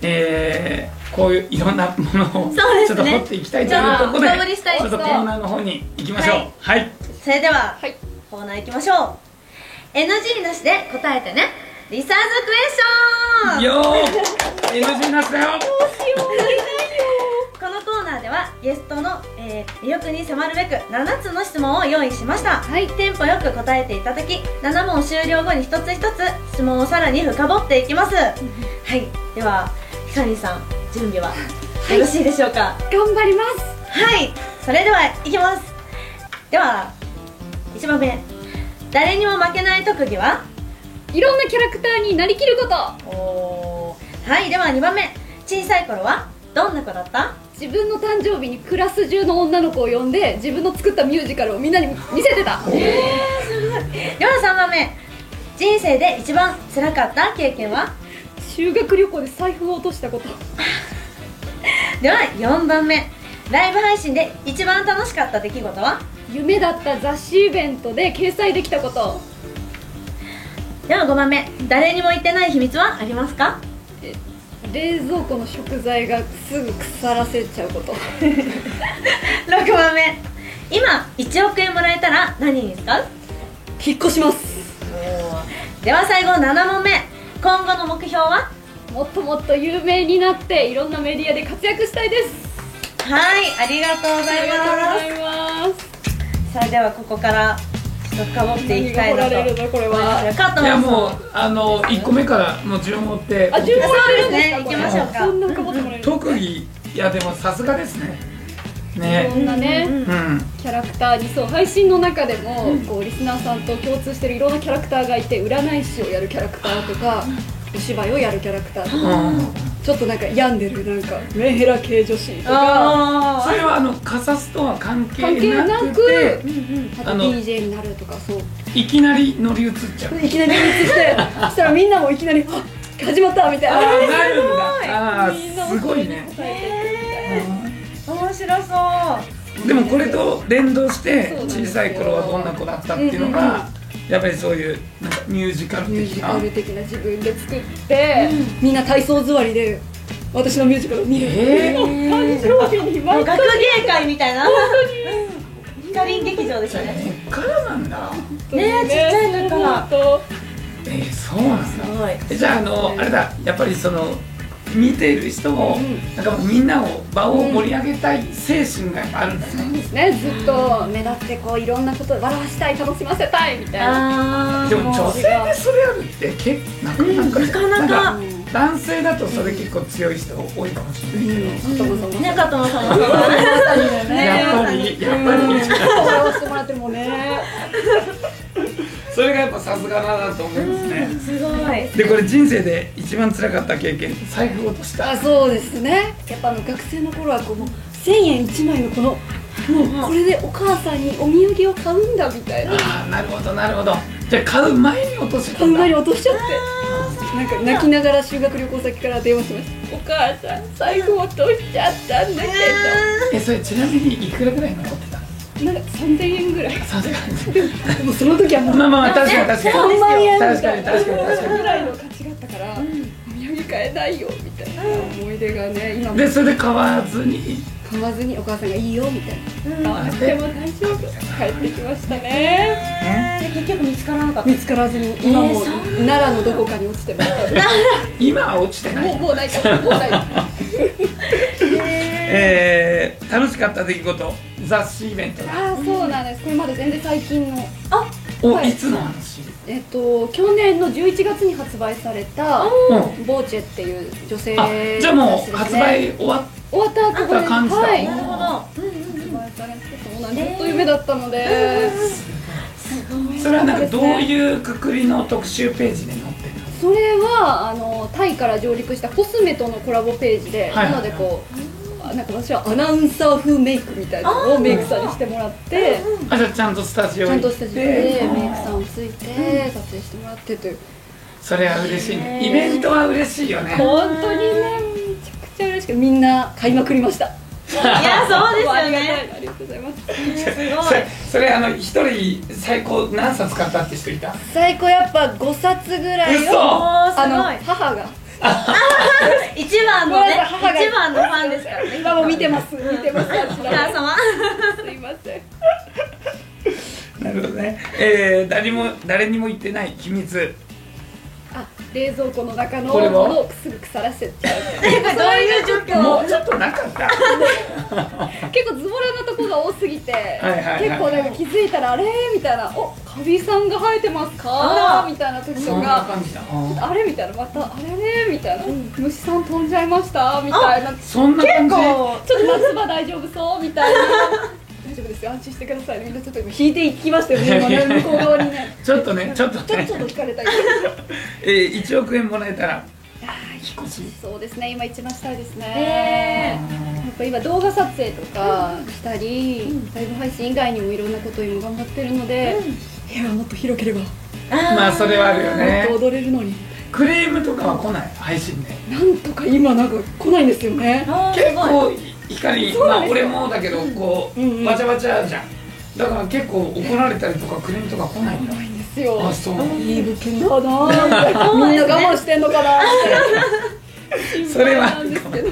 Speaker 2: えーこういういろんなものを、
Speaker 1: そうで
Speaker 2: ちょ
Speaker 1: すね
Speaker 2: っと掘っていきたいというところで
Speaker 1: じゃあ深掘りしたい
Speaker 2: ち
Speaker 1: で
Speaker 2: ょ
Speaker 1: す
Speaker 2: っと
Speaker 1: ね
Speaker 2: コーナーの方に行きましょう
Speaker 1: はい
Speaker 2: はい、
Speaker 1: それでは、
Speaker 4: はい
Speaker 1: コーナー行きましょう NG なしで答えてねリサーズクエスチョン
Speaker 2: よー NG なしだよ
Speaker 1: このコーナーではゲストの、えー魅力に迫るべく7つの質問を用意しました、
Speaker 4: はい
Speaker 1: テンポよく答えていただき7問終了後に一つ一つ質問をさらに深掘っていきますはいではひかりんさん準備はよろしいでしょうか
Speaker 4: 頑張ります
Speaker 1: はい、それではいきますでは1番目誰にも負けない特技はい
Speaker 4: ろんなキャラクターになりきること
Speaker 1: おはいでは2番目小さい頃はどんな子だった
Speaker 4: 自分の誕生日にクラス中の女の子を呼んで自分の作ったミュージカルをみんなに見せてた
Speaker 1: では3番目人生で一番辛かった経験は
Speaker 4: 修学旅行で財布を落としたこと
Speaker 1: では4番目ライブ配信で一番楽しかった出来事は
Speaker 4: 夢だった雑誌イベントで掲載できたこと
Speaker 1: では5番目誰にも言ってない秘密はありますか
Speaker 4: 冷蔵庫の食材がすぐ腐らせちゃうこと
Speaker 1: 6番目今1億円もらえたら何に使う
Speaker 4: 引っ越します
Speaker 1: では最後7問目今後の目標は
Speaker 4: もっともっと有名になっていろんなメディアで活躍したいです
Speaker 1: はいありがとうご
Speaker 4: あ
Speaker 1: ざいます
Speaker 4: りがとうございます
Speaker 1: それではここからちょっと深掘っていきたいなと
Speaker 4: 何が掘られるのこれは
Speaker 1: カット
Speaker 2: い
Speaker 1: マ
Speaker 2: や
Speaker 1: ンさん
Speaker 2: もうあの1個目からもう順を追って
Speaker 4: あ、順番あるんです
Speaker 1: そうですね
Speaker 4: かこれ
Speaker 1: 行きましょうか
Speaker 4: そんなかもってもらえる
Speaker 2: 特技いやでもさすがですね
Speaker 4: いろ
Speaker 2: ね
Speaker 4: んなね、
Speaker 1: うんうん
Speaker 2: うん
Speaker 4: キャラクターにそう配信の中でも、こうリスナーさんと共通してるいろんなキャラクターがいて占い師をやるキャラクターとかお芝居をやるキャラクターとか
Speaker 2: うん
Speaker 4: ちょっとなんか病んでるなんかメンヘラ系女子とか
Speaker 1: あ
Speaker 2: それはあのカサスとは関係
Speaker 4: 関係な
Speaker 2: なくて
Speaker 4: くあと
Speaker 2: あの
Speaker 4: DJ になるとかそう
Speaker 2: いきなり乗り移っちゃう
Speaker 4: いきなり見つしてそしたらみんなもいきなり「あ始まった!」みたい
Speaker 2: あ
Speaker 4: な
Speaker 2: ーな
Speaker 4: あ
Speaker 2: るんだあ
Speaker 4: ーみん
Speaker 2: ー
Speaker 4: な
Speaker 2: す
Speaker 4: も
Speaker 2: ご
Speaker 4: そ
Speaker 2: い
Speaker 4: れ
Speaker 2: ね
Speaker 4: に応え
Speaker 1: ー面白そう
Speaker 2: でもこれと連動して
Speaker 4: そうなんですよ
Speaker 2: 小さい頃はどんな子だったっていうのがやっぱりそういうなんかミュージカル
Speaker 4: てミ
Speaker 2: 的
Speaker 4: ュージ
Speaker 2: な
Speaker 4: カル的な自分で作ってみんな体操座りで私のミュージカルを見る
Speaker 2: えー
Speaker 4: 誕生日に
Speaker 1: も
Speaker 4: 毎
Speaker 1: う
Speaker 4: 回
Speaker 1: 学芸会みたいなヒカリン劇場ですよね
Speaker 2: こっからなんだ
Speaker 1: ねえちっちゃいのから
Speaker 4: そう
Speaker 2: えー、そうなんだ
Speaker 1: すごい
Speaker 2: えじゃああのあれだやっぱりその見ている人も
Speaker 4: うん
Speaker 2: なんかみんなを場を盛り上げたい精神がやっぱあるんだね
Speaker 4: ですねずっと目立ってこういろんなことを笑わしたい楽しませたいみたいな
Speaker 1: あ
Speaker 2: でも女性でそれやるって結構なかな
Speaker 1: う
Speaker 2: か,、
Speaker 1: んなかなか
Speaker 2: 男性だとそれ結構強い人多いかもしれないけど、
Speaker 4: そもそも
Speaker 1: ーね加藤さんもそうだねね
Speaker 2: やっぱりやっぱり、
Speaker 4: 笑わせてもらってもね
Speaker 2: それがやっぱさすがだなと思うんですね、
Speaker 1: すごい
Speaker 2: でこれ人生で一番辛かった経験財布落とした
Speaker 4: あそうですねやっぱあの学生の頃はこの1000円1枚のこのもうこれでお母さんにお土産を買うんだみたいな
Speaker 2: あーなるほどなるほどじゃあ買う前に落としてた
Speaker 4: あん
Speaker 2: んだ
Speaker 4: まり落としちゃってなんか泣きながら修学旅行先から電話しましたお母さん財布落としちゃったんだ
Speaker 2: えそれちなみにいくらぐらい残ってた
Speaker 4: けどなんか3000円ぐらい
Speaker 2: さすが
Speaker 4: でもでもその時はもう
Speaker 2: まあまあまあ確かに確かに
Speaker 4: 3万円み
Speaker 2: 確か
Speaker 4: た
Speaker 2: に
Speaker 4: い
Speaker 2: 確かに確
Speaker 4: なぐ
Speaker 2: から
Speaker 4: いの価値があったから、お土産買えないよみたいな思い出がね今
Speaker 2: に
Speaker 4: も
Speaker 2: でそれで買わずに
Speaker 4: 買わずにお母さんがいいよみたいな、
Speaker 2: うん
Speaker 4: あでも大丈夫帰ってきましたね
Speaker 1: で結局見つからなかった
Speaker 4: 見つからずに今も奈良のどこかに落ちてます
Speaker 2: 今は落ちてな
Speaker 4: もう
Speaker 2: い
Speaker 4: もうないからもうないあ
Speaker 2: えー、楽しかった出来事雑誌イベントだ
Speaker 4: ーそうなんですこれまで全然最近の
Speaker 2: お、、
Speaker 4: はいい
Speaker 2: つの話
Speaker 4: えっと去年の11月に発売された
Speaker 2: うん
Speaker 4: ボーチェっていう女性
Speaker 2: あじゃあもう
Speaker 4: 雑誌です
Speaker 2: 発
Speaker 4: ね
Speaker 2: 売終わっ
Speaker 4: 終わった後これ
Speaker 2: あ感じた
Speaker 4: はい
Speaker 1: なるほど
Speaker 4: 発売されてそうなんですずっと夢だったので
Speaker 2: それはなんかどういうくくりの特集ページで載ってるの
Speaker 4: それはあのタイから上陸したコスメとのコラボページで、
Speaker 2: はい
Speaker 4: なのでこうあなんか私はアナウンサー風メイクみたいなのをメイクさんにしてもらって
Speaker 2: あじゃあちゃんとスタジオ
Speaker 4: ち
Speaker 2: 行
Speaker 4: ゃん
Speaker 2: って
Speaker 4: とした時間でメイクさんをついて撮影してもらってという
Speaker 2: それは嬉しいね
Speaker 1: へー
Speaker 2: イベントは嬉しいよね
Speaker 4: 本当にねめちゃくちゃ嬉しくてみんな買いまくりました
Speaker 1: いやそうです
Speaker 4: あ
Speaker 1: よ
Speaker 4: りがた
Speaker 1: ね
Speaker 4: いありがとうございます
Speaker 1: すごい
Speaker 2: それそれあの一人最高何冊買ったって人いた
Speaker 4: 最高やっぱ5冊ぐらい
Speaker 2: 嘘
Speaker 4: を
Speaker 1: お
Speaker 4: あの
Speaker 1: ーす
Speaker 4: 母が
Speaker 1: ごい一番の
Speaker 4: ごめん
Speaker 1: ね
Speaker 4: なさい母が
Speaker 1: 一番のファンですからね
Speaker 4: 今も見て (laughs) ます見てますあち
Speaker 1: お
Speaker 4: ら
Speaker 1: 母
Speaker 4: も
Speaker 1: 様
Speaker 4: すいません
Speaker 2: なるほどねえー、誰も誰にも言ってない秘密
Speaker 4: あ冷蔵庫の中の
Speaker 2: これは
Speaker 4: ものをすぐ腐らせちゃう
Speaker 1: えこれどういう状況
Speaker 2: もうちょっとなかった
Speaker 4: 結構ズボラなとこが多すぎて
Speaker 2: はいはい
Speaker 4: 結構なんか気づいたらあれみたいな「おカビさんが生えてます
Speaker 1: あ
Speaker 4: か?」
Speaker 1: ら
Speaker 4: みたいな時
Speaker 2: そ
Speaker 4: と
Speaker 2: んな
Speaker 4: か
Speaker 2: 感じだ
Speaker 4: 「あれ?」みたいなまた「あれね?」みたいな「虫さん飛んじゃいました?」みたいな「ち
Speaker 2: そんな感じ
Speaker 1: こ
Speaker 4: ょっと夏場大丈夫そう?」みた
Speaker 2: (laughs)
Speaker 4: いな「大丈夫ですよ安心してくださいね」みんなちょっと今引いていきましたよね今ね向こう側
Speaker 2: (laughs)
Speaker 4: にね
Speaker 2: ちょっとねちょっと
Speaker 4: ちょっ
Speaker 2: ね
Speaker 4: と引かれたり
Speaker 2: えー、1億円もらえたら引っ越し
Speaker 4: そうですね今一番したいです
Speaker 1: う
Speaker 4: ね
Speaker 1: え
Speaker 4: やっぱ今動画撮影とかしたり、ライブ配信以外にもいろんなことを今頑張ってるので、部屋はもっと広ければも
Speaker 1: ーあー
Speaker 2: まあそれはあるよね
Speaker 4: っと踊れるのに、
Speaker 2: クレームとかは来ない配信で
Speaker 4: なんとか今なんか来ないんですよね
Speaker 1: あーす
Speaker 2: 結
Speaker 1: ごい
Speaker 2: 構光
Speaker 4: そ
Speaker 2: ま
Speaker 4: うなん
Speaker 2: あ
Speaker 4: です
Speaker 2: 俺もだけどこう、
Speaker 4: うんうん
Speaker 2: バチャバチャじゃんだから結構怒られたりとかクレームとか来ないんだ
Speaker 4: ないんですよ
Speaker 2: あそう
Speaker 4: いい物件だなぁみたいなみんな我慢してんのかなって
Speaker 2: それは
Speaker 4: 心配なん (laughs) ですけど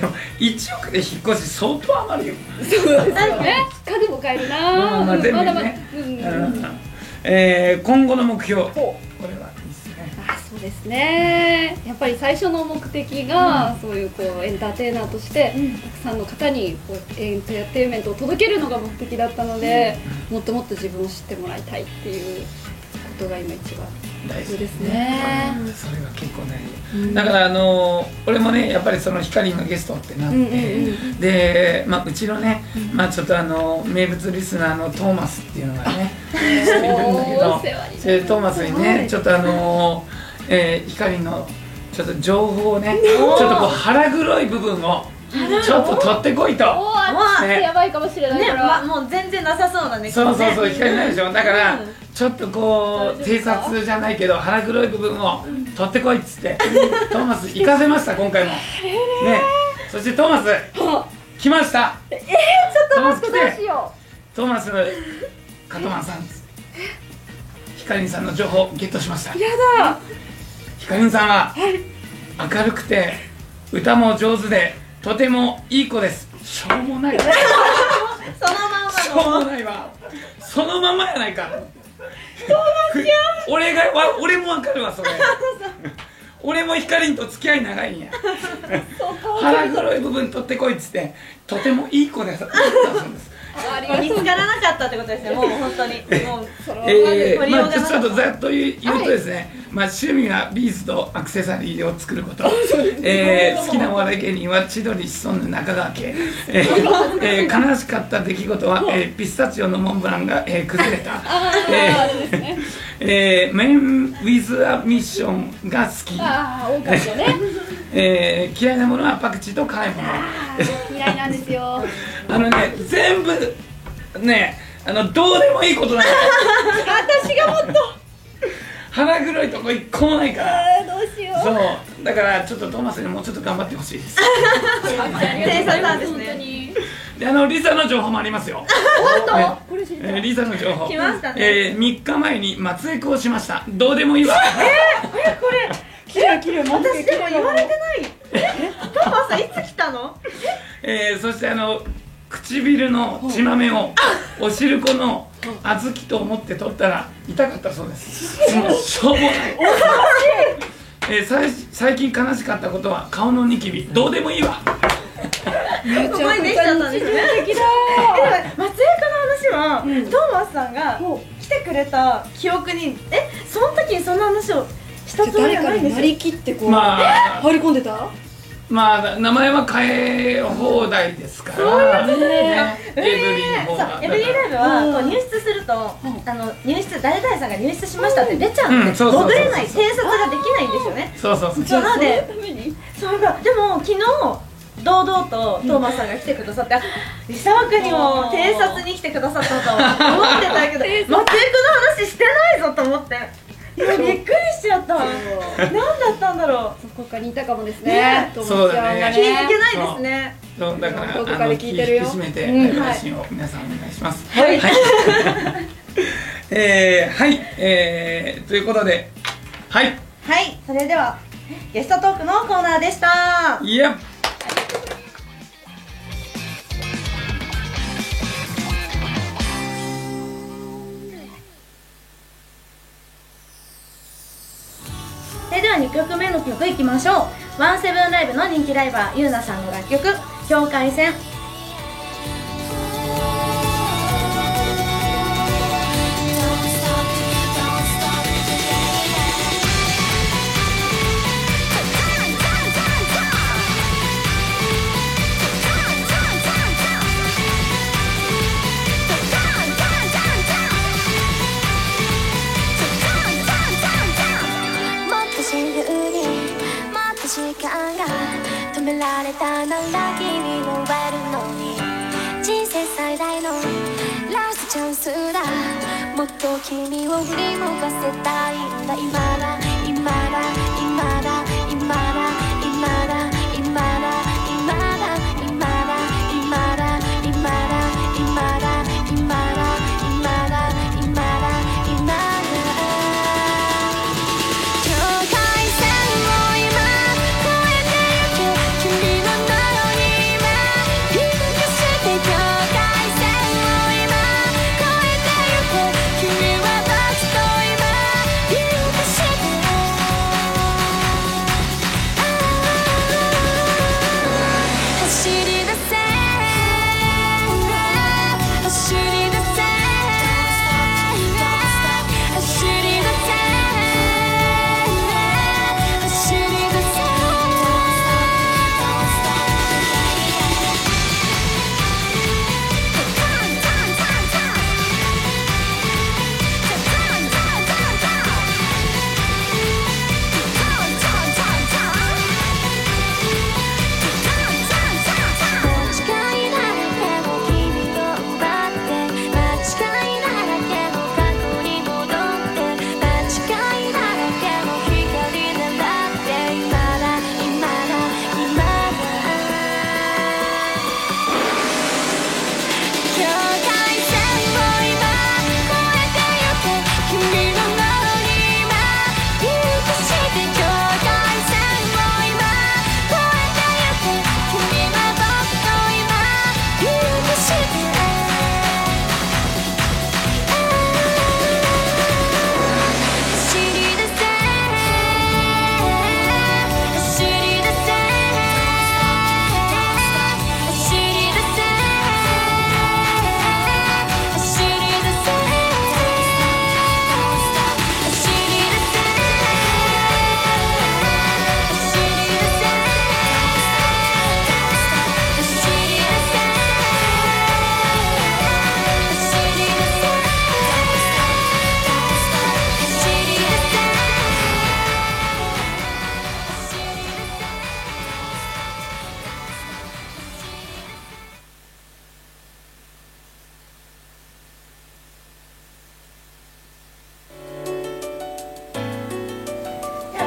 Speaker 2: でも1億で引っ越し相当余るよ、
Speaker 4: そうですよね家具も買えるなぁ、
Speaker 2: まあまあ全部
Speaker 4: まだまだ、
Speaker 2: ね
Speaker 4: うん
Speaker 2: うんえー今後の目標こ
Speaker 4: ほう
Speaker 2: れはいいですね
Speaker 4: あそうですねやっぱり最初の目的が、そういうこうエンターテイナーとして、たくさんの方にこうエンターテインメントを届けるのが目的だったので、もっともっと自分を知ってもらいたいっていうことが今一番
Speaker 2: 大
Speaker 4: そう
Speaker 2: 事
Speaker 4: ですね。
Speaker 2: それが結構ね、
Speaker 4: うん
Speaker 2: だからあのー俺もねやっぱりその光がゲストってなって、
Speaker 4: うんうんう
Speaker 2: で、まあ、うちのね、まあ、ちょっとあの名物リスナーのトーマスっていうのがねしているんだけど
Speaker 4: お世話になりました
Speaker 2: でトーマスにね、
Speaker 4: はい
Speaker 2: ちょっとあのーえー、光のちょっと情報をねちょっとこう腹黒い部分をちょっと取ってこい
Speaker 4: お
Speaker 2: と
Speaker 4: おあっちょっとやばいかもしれない、
Speaker 1: ね
Speaker 4: これ
Speaker 1: ま、
Speaker 4: は、
Speaker 1: もう全然なさそうなね
Speaker 2: そうそうそう
Speaker 1: ね
Speaker 2: 光ないでしょだから
Speaker 1: うん
Speaker 2: ちょっとこう偵察じゃないけど腹黒い部分を取ってこいっつってトーマス行かせました今回もねそしてトーマス来ましたえー、ちょっと待って
Speaker 4: どうしよ
Speaker 2: トーマスカトマンさんヒカリンさんの情報をゲットしました
Speaker 4: うやだ
Speaker 2: ヒカリンさんは明るくて歌も上手でとてもいい子ですしょうもないし
Speaker 1: そのまんま
Speaker 2: ょうもないわそのままやないかふ俺がわ俺もわかるわそれ俺もヒカリンと付き合い長いんや腹黒い部分取ってこいっつってとてもいい子 (laughs) ですだそうです
Speaker 4: ありが
Speaker 1: もう
Speaker 4: と
Speaker 1: 見
Speaker 4: う
Speaker 1: つからなかったってことですねもう本当にもうそれは
Speaker 2: え
Speaker 1: 盛
Speaker 2: ー
Speaker 1: り上
Speaker 2: まあ、
Speaker 1: がらな
Speaker 2: ちょ
Speaker 1: か
Speaker 2: っ
Speaker 1: った
Speaker 2: とざっと言う言うとですね、まあ、趣味はビーズとアクセサリーを作ること、えー好きなお笑い芸人は千鳥潜む中川家、えーえー悲しかった出来事は、えーピスタチオのモンブランが、えー崩れた、え
Speaker 4: あれですね
Speaker 2: ーえーメン・ウィズ・ア・ミッションが好き、
Speaker 4: ああ多かったね
Speaker 2: えー嫌いなものはパクチーと辛いもの
Speaker 4: 嫌いなんですよ
Speaker 2: あのね全部ねあのどうでもいいことなんだよ
Speaker 4: 私がもっと
Speaker 2: 腹黒いとこ一個もないから。
Speaker 4: あーどうしよう
Speaker 2: そうだからちょっとトーマスにもうちょっと頑張ってほしいです
Speaker 1: 店員さんなんですね
Speaker 4: 本当に
Speaker 2: であのリサの情報もありますよ本
Speaker 4: これ知りたい
Speaker 2: えーリサの情報
Speaker 1: 来ましたね
Speaker 2: えー、3日前に松江をしましたどうでもいいわ
Speaker 4: キラキラマジ
Speaker 1: 私でも言われてないパパさんいつ来たの
Speaker 2: えーそしてあの唇の血豆をお汁粉の小豆と思って取ったら痛かったそうですもうしょうもないえーさい最近悲しかったことは顔のニキビどうでもいいわ
Speaker 4: め
Speaker 1: ここにできちゃったんですね
Speaker 4: 的だ
Speaker 1: 松江の話は、トーマスさんが来てくれた記憶にえその時にそんな話をしたつも
Speaker 5: 誰
Speaker 1: りがな
Speaker 5: か
Speaker 1: いんで
Speaker 5: に
Speaker 1: す
Speaker 5: な
Speaker 1: よ
Speaker 5: りきってこう、
Speaker 2: まあ
Speaker 5: 入り込んでた
Speaker 2: まあ名前は変え放題ですからねエブリン放
Speaker 1: そう
Speaker 2: 題
Speaker 1: エブリィライブはこう入室すると、あの入室誰々さんが入室しましたって出ちゃうんで、
Speaker 2: うんそうそうそう
Speaker 1: 戻れない偵察ができないんですよね
Speaker 2: そうそうそう
Speaker 1: なので
Speaker 4: ために
Speaker 1: そうかでも昨日堂々とトーマスさんが来てくださって、あリサワ君にも偵察に来てくださったと思ってたけど松江君の話してないぞと思っていやびっくりしちゃった何だったんだろう
Speaker 4: そこかにいたかもです
Speaker 1: ね
Speaker 4: ねともちゃんが
Speaker 1: 気
Speaker 2: そう
Speaker 1: づ
Speaker 4: ね
Speaker 1: けないですね
Speaker 2: そうだから
Speaker 4: どこ
Speaker 2: あ
Speaker 4: か
Speaker 2: の
Speaker 4: で
Speaker 2: 気
Speaker 4: 聞
Speaker 2: 引
Speaker 4: い
Speaker 2: き
Speaker 4: てるよ
Speaker 2: 締めて
Speaker 4: うん
Speaker 2: ライブ配信を皆さんお願いしますはいえーはいえーということではい
Speaker 1: はいそれではゲストトークのコーナーでした
Speaker 2: いや
Speaker 1: それでは2曲目の曲いきましょうワンセブンライブの人気ライバーゆうなさんの楽曲「境界線」
Speaker 6: もっと自由にもっと時間が止められたなら君も終えるのに人生最大のラストチャンスだもっと君を振り向かせたいんだ今だ今だ今だ今だ今だ今だ今だ今だ今だ今だ今だ今だ今だ今だ今だ境界線を今超えてゆけ君の名を呼ぶ今引き出して境界線を今超えてゆけ君はどっちと今引き出して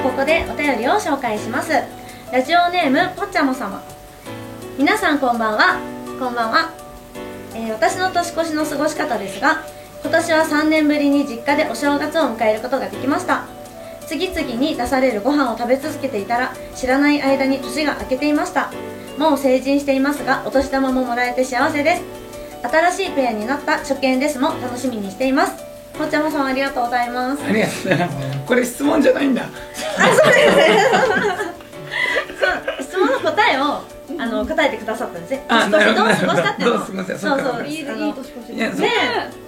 Speaker 1: ここでお便りを紹介しますラジオネームぽっちゃも様皆さんこんばんはこんばんは、えー私の年越しの過ごし方ですが今年は3年ぶりに実家でお正月を迎えることができました次々に出されるご飯を食べ続けていたら知らない間に年が明けていましたもう成人していますがお年玉ももらえて幸せです新しいペアになった初見ですも楽しみにしていますぽっちゃも様ありがとうございます
Speaker 2: ありがとうございますこれ質問じゃないんだ
Speaker 1: 質問の答えをあの答えてくださったんですね。
Speaker 2: あ
Speaker 1: 年越しどう
Speaker 2: なる
Speaker 1: 過
Speaker 2: ほど
Speaker 1: ごしたっていうの。
Speaker 2: どう過ごした
Speaker 1: そう
Speaker 2: そ
Speaker 1: そ
Speaker 2: うか
Speaker 1: う。
Speaker 4: いいい
Speaker 1: あ
Speaker 4: い年
Speaker 1: の
Speaker 4: 越し
Speaker 2: い
Speaker 4: で
Speaker 2: や
Speaker 4: す
Speaker 2: そう
Speaker 1: ね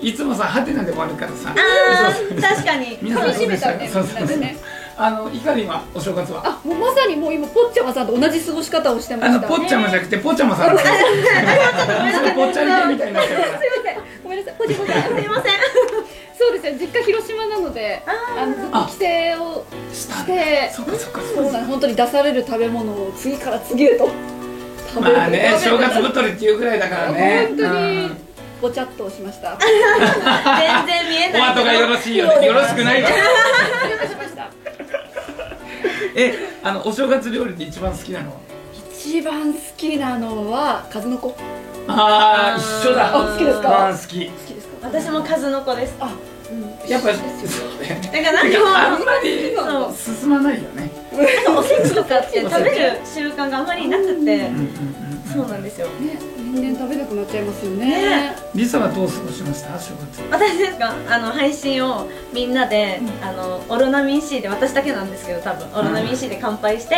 Speaker 2: いつもさハテナで終わるからさ
Speaker 1: あー確かに。
Speaker 2: 皆さん
Speaker 4: 噛み締めたね
Speaker 2: そうそうそう
Speaker 4: みんなでね
Speaker 2: あのいかにはお正月は
Speaker 4: あもうまさにもう今ぽっちゃまさんと同じ過ごし方をしてま
Speaker 2: あ
Speaker 4: し
Speaker 2: の
Speaker 4: た
Speaker 2: ぽっちゃまじゃなくてぽっちゃまさんです (laughs) それぽっちゃり系みたいになってるから
Speaker 4: すいませんごめんなさいぽちゃまさん
Speaker 1: すいませ
Speaker 2: (laughs)
Speaker 1: ん。
Speaker 4: そうですよ実家広島なのであのずっと帰省を
Speaker 2: した
Speaker 4: して
Speaker 2: そっかそっかそ
Speaker 4: そうう
Speaker 2: か
Speaker 4: だね本当に出される食べ物を次から次へと食べる
Speaker 2: まあね正月
Speaker 4: 本
Speaker 2: 太りっていうぐらいだからね
Speaker 4: 当に
Speaker 2: うん
Speaker 4: ぼちゃっとし
Speaker 2: (laughs)
Speaker 4: ました
Speaker 1: 全然見えない
Speaker 2: お
Speaker 1: け
Speaker 2: 後
Speaker 1: ど。
Speaker 2: がよろしいよねよろしく
Speaker 4: (laughs)
Speaker 2: ないわ
Speaker 4: しました
Speaker 2: えあのお正月料理で一番好きなのは
Speaker 4: 一番好きなのは数の子好
Speaker 2: ああ
Speaker 1: あー
Speaker 2: 一緒だ
Speaker 4: あ好きですか
Speaker 2: あー好き
Speaker 4: きですか
Speaker 1: 私も数の子です。
Speaker 4: あ
Speaker 2: やっぱそうね
Speaker 1: だからなん
Speaker 2: てかあ
Speaker 1: か
Speaker 2: ん
Speaker 1: もう
Speaker 2: まり
Speaker 1: そう
Speaker 2: 進まないよね
Speaker 1: なんかおせちとかって食べる習慣があまりなくて、そうなんですよ。
Speaker 4: ね年々食べなくなっちゃいますよね
Speaker 1: ね
Speaker 2: リサはどう過ごしました正月 (laughs)
Speaker 1: 私ですかあの配信をみんなで、あのオロナミン C で私だけなんですけど多分オロナミン C で乾杯して、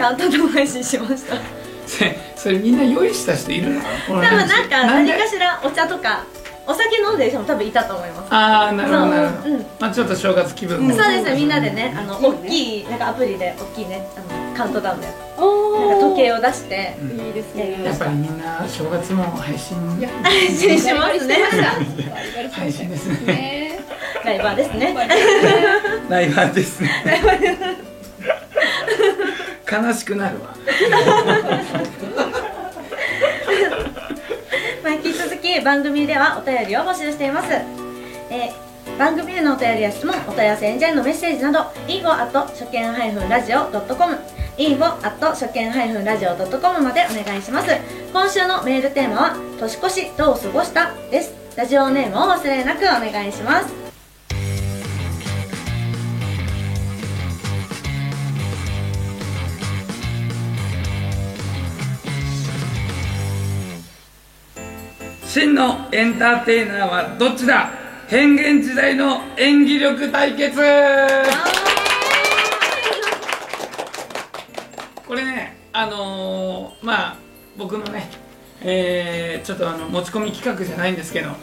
Speaker 1: カウントダウン配信しました多
Speaker 2: せそれみんな用意した人いるの多
Speaker 1: 分なんか何か
Speaker 2: し
Speaker 1: しらお茶とかお酒飲んでる人も多分いたと思います
Speaker 2: ああなるほどなるほど、
Speaker 1: うん
Speaker 2: まあちょっと正月気分も、
Speaker 1: そうですみんなでねあの
Speaker 4: いいね
Speaker 1: 大きいなんかアプリで大きいねあのカウントダウンのやつ
Speaker 4: あー
Speaker 1: なんか時計を出して
Speaker 4: いいです
Speaker 2: や
Speaker 4: ね
Speaker 2: っぱりみんな正月も配信
Speaker 4: いや
Speaker 1: 配信 (laughs) しますね
Speaker 2: 配信ですね
Speaker 4: ね
Speaker 1: ライバーですね
Speaker 2: ライバーですね悲しくなるわ
Speaker 1: まあ引き続き番組ではお便りを募集しています、えー番組へのお便りや質問お問い合わせ演者へのメッセージなど info at 初見 -radio.com info at 初見 -radio.com までお願いします今週のメールテーマは「年越しどう過ごした?」ですラジオネームを忘れなくお願いします
Speaker 2: 真のエンターテイナーはどっちだ変幻時代の演技力対決これねあのーまあ僕のねえーちょっとあの持ち込み企画じゃないんですけどま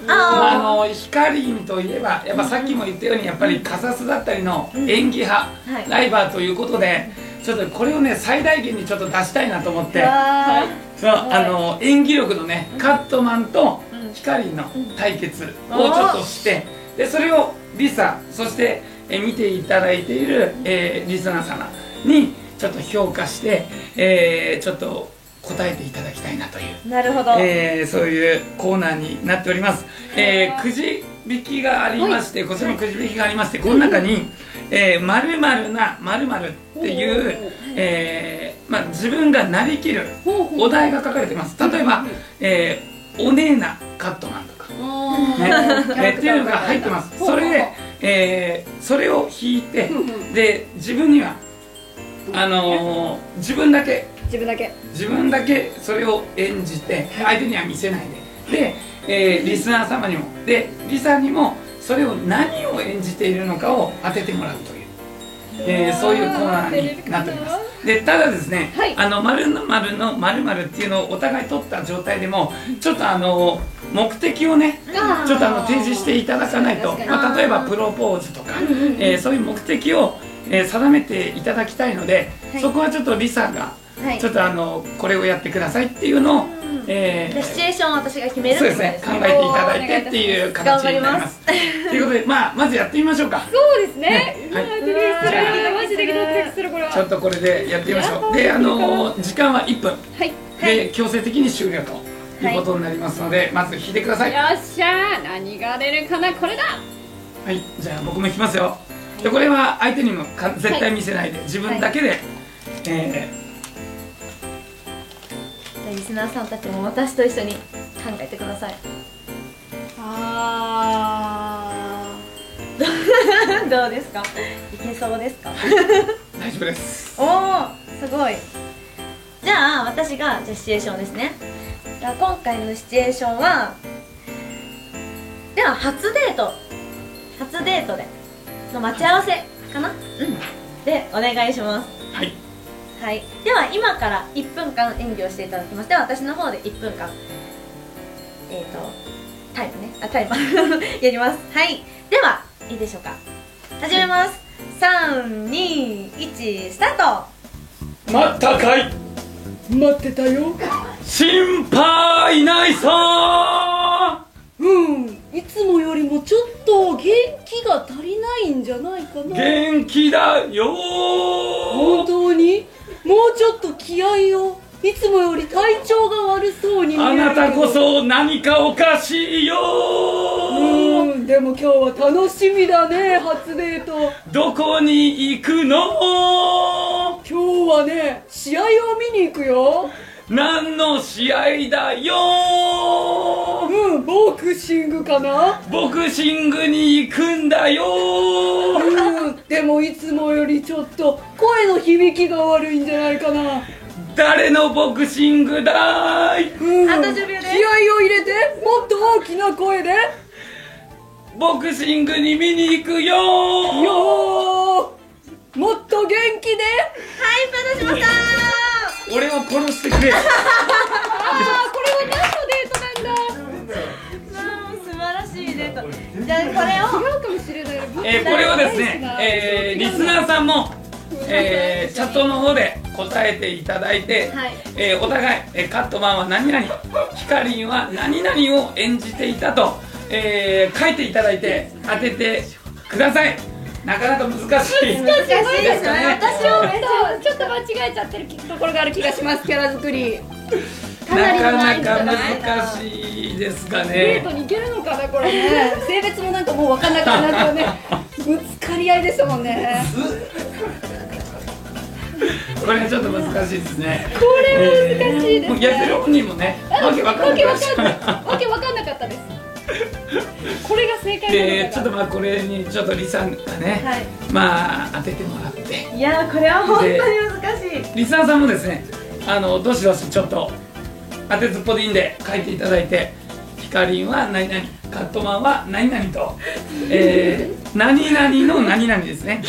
Speaker 2: あ、あのヒカリンといえばやっぱさっきも言ったようにやっぱりカサスだったりの演技派、
Speaker 1: はい
Speaker 2: ライバーということでちょっとこれをね最大限にちょっと出したいなと思って。
Speaker 1: わ
Speaker 2: そう、あの演技力のね、カットマンとヒカリンの対決をちょっとして、でそれをリサそしてえ見ていただいている、えーリスナー様にちょっと評価して、えーちょっと答えていただきたいなという、
Speaker 1: ーなるほど、
Speaker 2: えーそういうコーナーになっております、えーくじ引きがありましてこちらもくじ引きがありましてこの中に「えー〇〇な〇〇っていう、えーまあ、自分がなりきる
Speaker 4: ほうほう
Speaker 2: お題が書かれてます例えば、えーおねえなカットマンとか、ねえーっていうのが入ってますそれで、えーそれを引いてで自分にはあのー自分だけ
Speaker 4: 自分だけ
Speaker 2: 自分だけそれを演じて相手には見せないでで、えーリスナー様にもでリサにもそれを何を演じているのかを当ててもらうという、えーそういうコーナーになっておりますでただですね、
Speaker 4: はい
Speaker 2: あの丸の丸の丸丸っていうのをお互い取った状態でもちょっとあの目的をね
Speaker 4: あー
Speaker 2: ちょっとあの提示していただかないと、
Speaker 4: 確かに
Speaker 2: まあ、例えばプロポーズとか、えーそういう目的を、えー定めていただきたいので、
Speaker 1: はい
Speaker 2: そこはちょっとリサが
Speaker 1: はい
Speaker 2: ちょっとあのこれをやってくださいっていうのを、えー
Speaker 1: でシチュエーションを私が決めるっ
Speaker 2: そう
Speaker 1: て
Speaker 2: で
Speaker 1: こと
Speaker 2: す
Speaker 1: ですね
Speaker 2: ね考えていただいてっていう形になります。ということで、まあ、まずやってみましょうか。
Speaker 4: そうですね
Speaker 2: はいう
Speaker 4: わードキ
Speaker 2: じ
Speaker 4: ドキする
Speaker 1: ゃあ
Speaker 4: マジでドキドキするこれは
Speaker 2: ちょっとこれでやってみましょう。で、あの時間は1分
Speaker 4: はい
Speaker 2: で強制的に終了ということになりますので、まず引いてください。は
Speaker 4: よっしゃー何が出るかなこれだ
Speaker 2: い、じゃあ僕も引きますよ。でこれは相手にもか絶対見せないで、自分だけで、え
Speaker 1: じゃあリスナーさんたちも私と一緒に考えてください
Speaker 4: あ
Speaker 1: (laughs) どうですかいけそうです (laughs) か
Speaker 2: ー大丈夫です
Speaker 1: おおすごいじゃあ私がじゃあシチュエーションですねじゃあ今回のシチュエーションはでは初デート初デートでの待ち合わせかなうんでお願いします
Speaker 2: はい
Speaker 1: はいでは今から1分間演技をしていただきますでは私の方で1分間えっ、ー、とタイムね (laughs) あタイマーやりますはいではいいでしょうか始めます、321スタート
Speaker 2: 待ったかい
Speaker 4: ー待ってたよ
Speaker 2: 心配ないさ
Speaker 4: うんいつもよりもちょっと元気が足りないんじゃないか
Speaker 2: ー
Speaker 4: な
Speaker 2: 元気だよ
Speaker 4: 本
Speaker 2: ー
Speaker 4: 当にもうちょっと気合をいつもより体調が悪そうに見え
Speaker 2: あ
Speaker 4: るけど
Speaker 2: なたこそ何かおかしいよー
Speaker 4: うんでも今日は楽しみだね初デート
Speaker 2: どこに行くの
Speaker 4: 今日はね試合を見に行くよ
Speaker 2: 何の試合だよー
Speaker 4: うんボクシングかな
Speaker 2: ボクシングに行くんだよー
Speaker 4: うんでもいつもよりちょっと声の響きが悪いんじゃないかな
Speaker 2: 誰のボクシングだーい
Speaker 4: うん
Speaker 1: あと10秒です
Speaker 4: 気合を入れてもっと大きな声でよ
Speaker 2: ボクシングに見に行くよー
Speaker 4: ーもっと元気で
Speaker 1: はい、プロ島さ
Speaker 2: 俺を殺してくれ
Speaker 4: ああこれは何のデートなんだ
Speaker 1: ん。素晴らしいデート。じゃあこれを
Speaker 4: 違うかもしれない
Speaker 2: えーこれをですね、えーリスナーさんも、えーチャットの方で答えていただいて、
Speaker 1: はい
Speaker 2: えーお互い、えーカットマンは何々ヒカリンは何々を演じていたと、えー書いていただいて当ててくださいなかなか難しい難
Speaker 1: しいですね私
Speaker 4: ちょっとちょっと間違えちゃってるところがある気がしますキャラ作りかな
Speaker 2: な
Speaker 4: りの難
Speaker 2: かな
Speaker 4: 易度だ
Speaker 2: か
Speaker 4: な
Speaker 2: 難しいですか
Speaker 4: デ
Speaker 2: ね
Speaker 4: ートに行けるのかなこれね性別もなんかもう分かんなくなっちゃうねぶつかり合いでしたもんね
Speaker 2: これはちょっと難しいですね
Speaker 4: これは難しいですね
Speaker 2: もうやってる本人もねわけわかん
Speaker 4: わ
Speaker 2: な
Speaker 4: け
Speaker 2: い
Speaker 4: わかんないわけわかんなかったですこれが正解な
Speaker 2: で
Speaker 4: の
Speaker 2: ちょ
Speaker 4: か
Speaker 2: っとまあこれにちょっとリサがね、
Speaker 1: はい
Speaker 2: まあ当ててもらって
Speaker 1: いやーこれは本当に難しい。
Speaker 2: リサさんもですねあのどしどしちょっと当てずっぽでいいんで書いていただいてヒカリンは何々カットマンは何々 (laughs) と、えー、何々の何々です (laughs) ね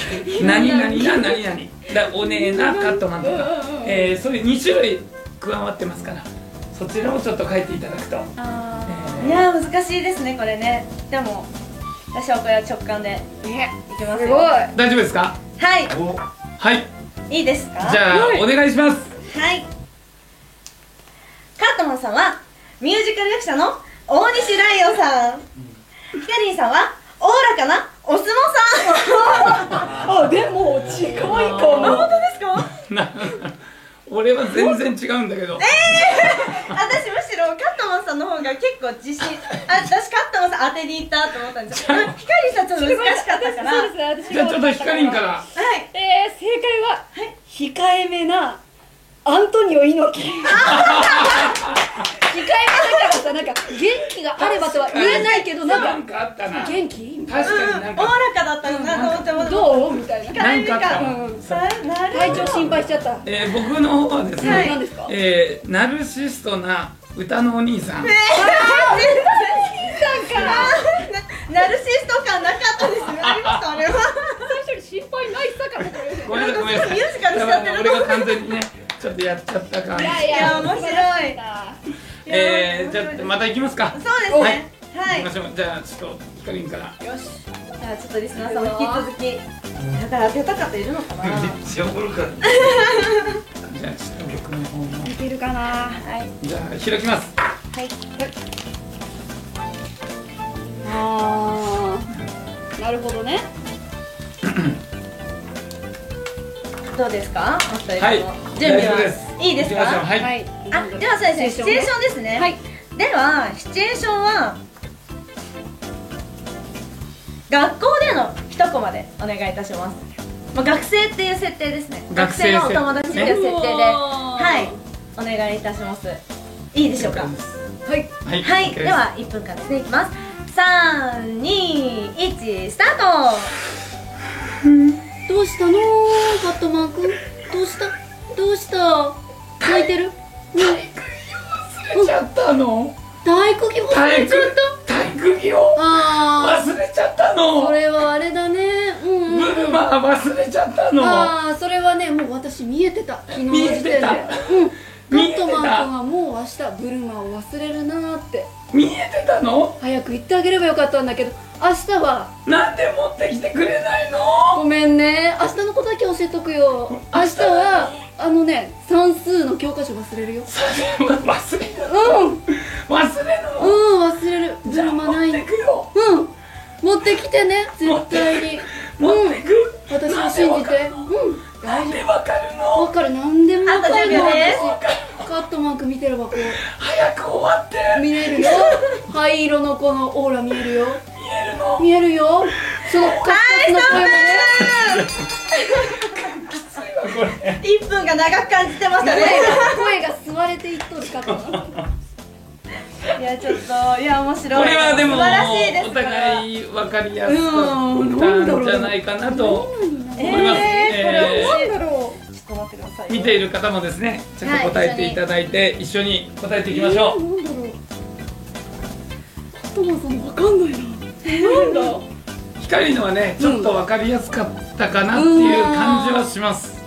Speaker 2: 何々な何々だおねえなカットマンとか、えー、そういう2種類加わってますからそちらをちょっと書いていただくと、え
Speaker 4: あ
Speaker 1: い
Speaker 2: ー
Speaker 1: やー難しいですねこれね。でも私はこれは直感で
Speaker 4: ーね
Speaker 1: いきますす
Speaker 4: ごい
Speaker 1: よ。
Speaker 2: 大丈夫ですか
Speaker 1: はい。
Speaker 2: はい
Speaker 1: いいですか。
Speaker 2: じゃあ
Speaker 4: はい
Speaker 2: お願いします
Speaker 1: はい。カートマンさんはミュージカル役者の大西ライオンさん。ヒカリンさんはおおらかなお相撲さん。
Speaker 4: あでも近いか
Speaker 1: 本
Speaker 4: も
Speaker 1: 当ですか。
Speaker 2: な (laughs) 俺は全然違うんだけど、
Speaker 1: 私むしろカットマンさんの方が結構自信あ私カットマンさん当てにいったと思ったんですよヒカリさんちょっと難しかったから
Speaker 4: そ
Speaker 1: は
Speaker 4: うですね私が
Speaker 2: じゃあちょっとヒカリンから
Speaker 1: い
Speaker 4: えー、正解は、控えめなアントニオ猪木 (laughs) 控えめだからさなんか元気があればとは言えないけどな
Speaker 2: なんん
Speaker 4: か
Speaker 2: かあったな
Speaker 4: 元気
Speaker 2: 確
Speaker 1: うん
Speaker 2: かに
Speaker 1: う
Speaker 2: なんん
Speaker 1: おお
Speaker 2: から
Speaker 1: かだったのかと思っても
Speaker 4: どうみたいな
Speaker 1: 控えめ
Speaker 2: なんかあった
Speaker 1: か
Speaker 2: わ
Speaker 1: さなる
Speaker 4: 体
Speaker 1: ほ
Speaker 4: 調
Speaker 1: ど
Speaker 4: 心配しちゃった
Speaker 2: えー、僕の方はですね、
Speaker 4: はい何ですか
Speaker 2: えーナルシストな歌のお兄さん、
Speaker 4: さんから
Speaker 1: なナルシスト感なかったですねありますかあれは
Speaker 4: 最初に心配ないさからこ
Speaker 2: ごめんなさ
Speaker 4: れ
Speaker 2: いごめんなさい
Speaker 1: ミュージカルしちゃってる
Speaker 2: 俺が完全にねちょっとやっちゃった感じ
Speaker 4: いやいや
Speaker 1: いや面白い
Speaker 4: 素晴らしな
Speaker 2: えー、
Speaker 1: いや
Speaker 2: じゃあまた行きますか
Speaker 1: そうですねは
Speaker 2: 行
Speaker 1: い
Speaker 2: きましょうじゃあちょっとヒカリ
Speaker 1: (laughs)
Speaker 2: ンから
Speaker 4: よし
Speaker 1: じゃあちょっとリスナーさんも引き続きだから当てた方いるのかな
Speaker 2: ちゃおもろかったじゃあちょっと僕の方も
Speaker 4: いけるかな
Speaker 1: はい
Speaker 2: じゃあ開きます
Speaker 1: はい
Speaker 4: あーなるほどね
Speaker 1: どうですかお二人とも
Speaker 2: はい
Speaker 1: 準備
Speaker 2: 大丈夫
Speaker 1: は
Speaker 2: です
Speaker 1: いいです
Speaker 2: 行きましょう
Speaker 1: か
Speaker 2: はい、
Speaker 1: あ、では最初にシチュエーションですね。
Speaker 4: はい。
Speaker 1: ではシチュエーションは学校での一コマでお願いいたします、まあ、学生っていう設定ですね
Speaker 2: 学生
Speaker 1: のお友達っていう設定で、
Speaker 7: ね
Speaker 1: はいお願いいたしますいいでしょうか
Speaker 7: はい
Speaker 2: はい、
Speaker 1: はい、
Speaker 2: OK
Speaker 1: では1分間ですねいきます321スタート
Speaker 4: どうしたのバットマンくんどうしたどうした泣いてる
Speaker 2: 忘れちゃったの
Speaker 4: 大空気も
Speaker 2: 体
Speaker 4: れ
Speaker 2: 育
Speaker 4: ちゃった
Speaker 2: 体育着を
Speaker 4: あ
Speaker 2: 忘れちゃったの
Speaker 4: あそれはあれだねうん
Speaker 2: ブ
Speaker 4: うん
Speaker 2: ルマー忘れちゃったの
Speaker 4: ああそれはねもう私見えてた昨日の
Speaker 2: 見え
Speaker 4: 時点
Speaker 2: て
Speaker 4: で
Speaker 2: た
Speaker 4: うんバ
Speaker 2: 見えてた
Speaker 4: ットマンくんはもう明日ブルマを忘れるなーって
Speaker 2: 見えてたの
Speaker 4: 早く言ってあげればよかったんだけど明日は
Speaker 2: なんで持ってきてくれないの
Speaker 4: ごめんね明日のことだけ教えとくよ明日はあのね算数の教科書忘れるよ
Speaker 2: それは忘れる
Speaker 4: うんうん
Speaker 2: 忘れるの、
Speaker 4: 忘れるブ
Speaker 2: じゃ
Speaker 4: ル
Speaker 2: あ
Speaker 4: マな
Speaker 2: 持
Speaker 4: い
Speaker 2: ってくよ
Speaker 4: うん持ってきてね絶対に
Speaker 2: 持ってく、
Speaker 4: 私を信じてうん
Speaker 2: な
Speaker 4: 大
Speaker 2: ん
Speaker 4: 丈
Speaker 2: でわかるの
Speaker 4: 夫わかる何でもわかる
Speaker 1: あと10秒です
Speaker 4: 私カットマーク見てればこう
Speaker 2: 早く終わって
Speaker 4: 見えるよ灰色のこのオーラ見えるよ
Speaker 2: 見えるの
Speaker 4: 見えるよそのカツカツの声もね
Speaker 1: (laughs) 1分が長く感じてましたね
Speaker 4: 声が吸われていっとるカットマーク
Speaker 1: いやちょっといや面白い
Speaker 2: これはでも
Speaker 1: 素晴らしいです
Speaker 2: お
Speaker 1: これは
Speaker 2: 互い分かりやす
Speaker 1: う
Speaker 2: かったんじゃないかなと
Speaker 1: えー、こ
Speaker 2: 思います、
Speaker 1: れ面
Speaker 2: えー
Speaker 1: 白いだろうちょっと待ってくださいよ
Speaker 2: 見ている方もですねちょっと答えていただいて、一緒に答えていきましょう、
Speaker 4: なんだろうカットマークさんわかんないななんだ
Speaker 2: 光のはねちょっと分かりやすかったかなっていう感じはします、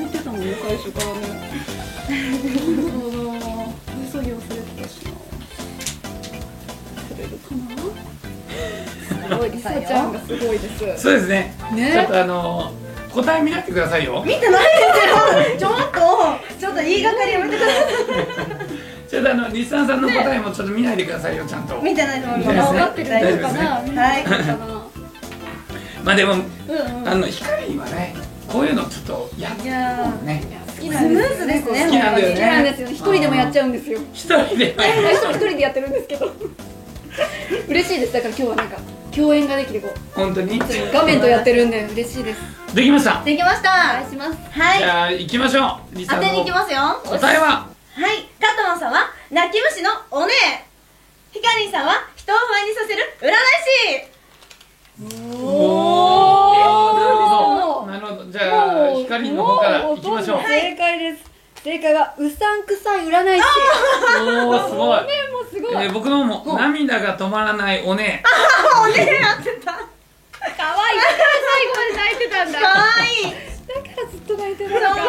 Speaker 4: 見てたもんね最初からねそう作業する気がしな忘れるかなすごいリサちゃんがすごいですね
Speaker 2: そうですねちょっとあのー答え見なくてくださいよ
Speaker 1: 見てないですよちょっとちょっと言いがかりやめてください
Speaker 2: ちょっとあの日産さんの答えもちょっと見ないでくださいよちゃんと
Speaker 1: 見てないと思い
Speaker 2: 見てな
Speaker 1: ます
Speaker 2: いですね
Speaker 4: 分かってる大丈夫かな
Speaker 2: 大
Speaker 4: 見
Speaker 1: は
Speaker 4: ない
Speaker 1: い
Speaker 4: かな
Speaker 2: まあでも
Speaker 4: うんうん
Speaker 2: あの光はねこういうのちょっとやっ
Speaker 1: いや
Speaker 2: ね
Speaker 4: 好き
Speaker 1: ー
Speaker 4: な
Speaker 1: ス
Speaker 4: ん
Speaker 1: ム
Speaker 4: です
Speaker 1: ーズですね
Speaker 2: 好きなんだ
Speaker 1: 本
Speaker 2: よね
Speaker 4: 好きなんですよね一人でもやっちゃうんですよ
Speaker 2: 一人で
Speaker 4: 最初一人でやってるんですけど嬉しいですだから今日はなんか共演ができてこう
Speaker 2: 本当に
Speaker 4: 画面とやってるんで嬉しいです
Speaker 2: できました
Speaker 1: 当にできました
Speaker 4: お願いします
Speaker 2: じ
Speaker 1: はい
Speaker 2: ゃあ行きましょうリ
Speaker 1: 当
Speaker 2: サの
Speaker 1: てに行きますよはい
Speaker 2: 答えは
Speaker 1: カットマンさんは泣き虫のお姉ヒカリンさんは人を不安にさせる占い師
Speaker 2: おおなるほどじゃあ光の方から行きましょう
Speaker 4: 正解です正解はうさんくさい占い師
Speaker 2: おおすごい
Speaker 4: もうすご
Speaker 2: えー、僕のも涙が止まらないお姉
Speaker 1: お姉 (laughs) やってたか
Speaker 4: 可愛い最後まで泣いてたんだだか
Speaker 1: わいい
Speaker 4: らずっと泣いて
Speaker 1: そ
Speaker 4: る
Speaker 1: う
Speaker 4: の
Speaker 1: か
Speaker 4: か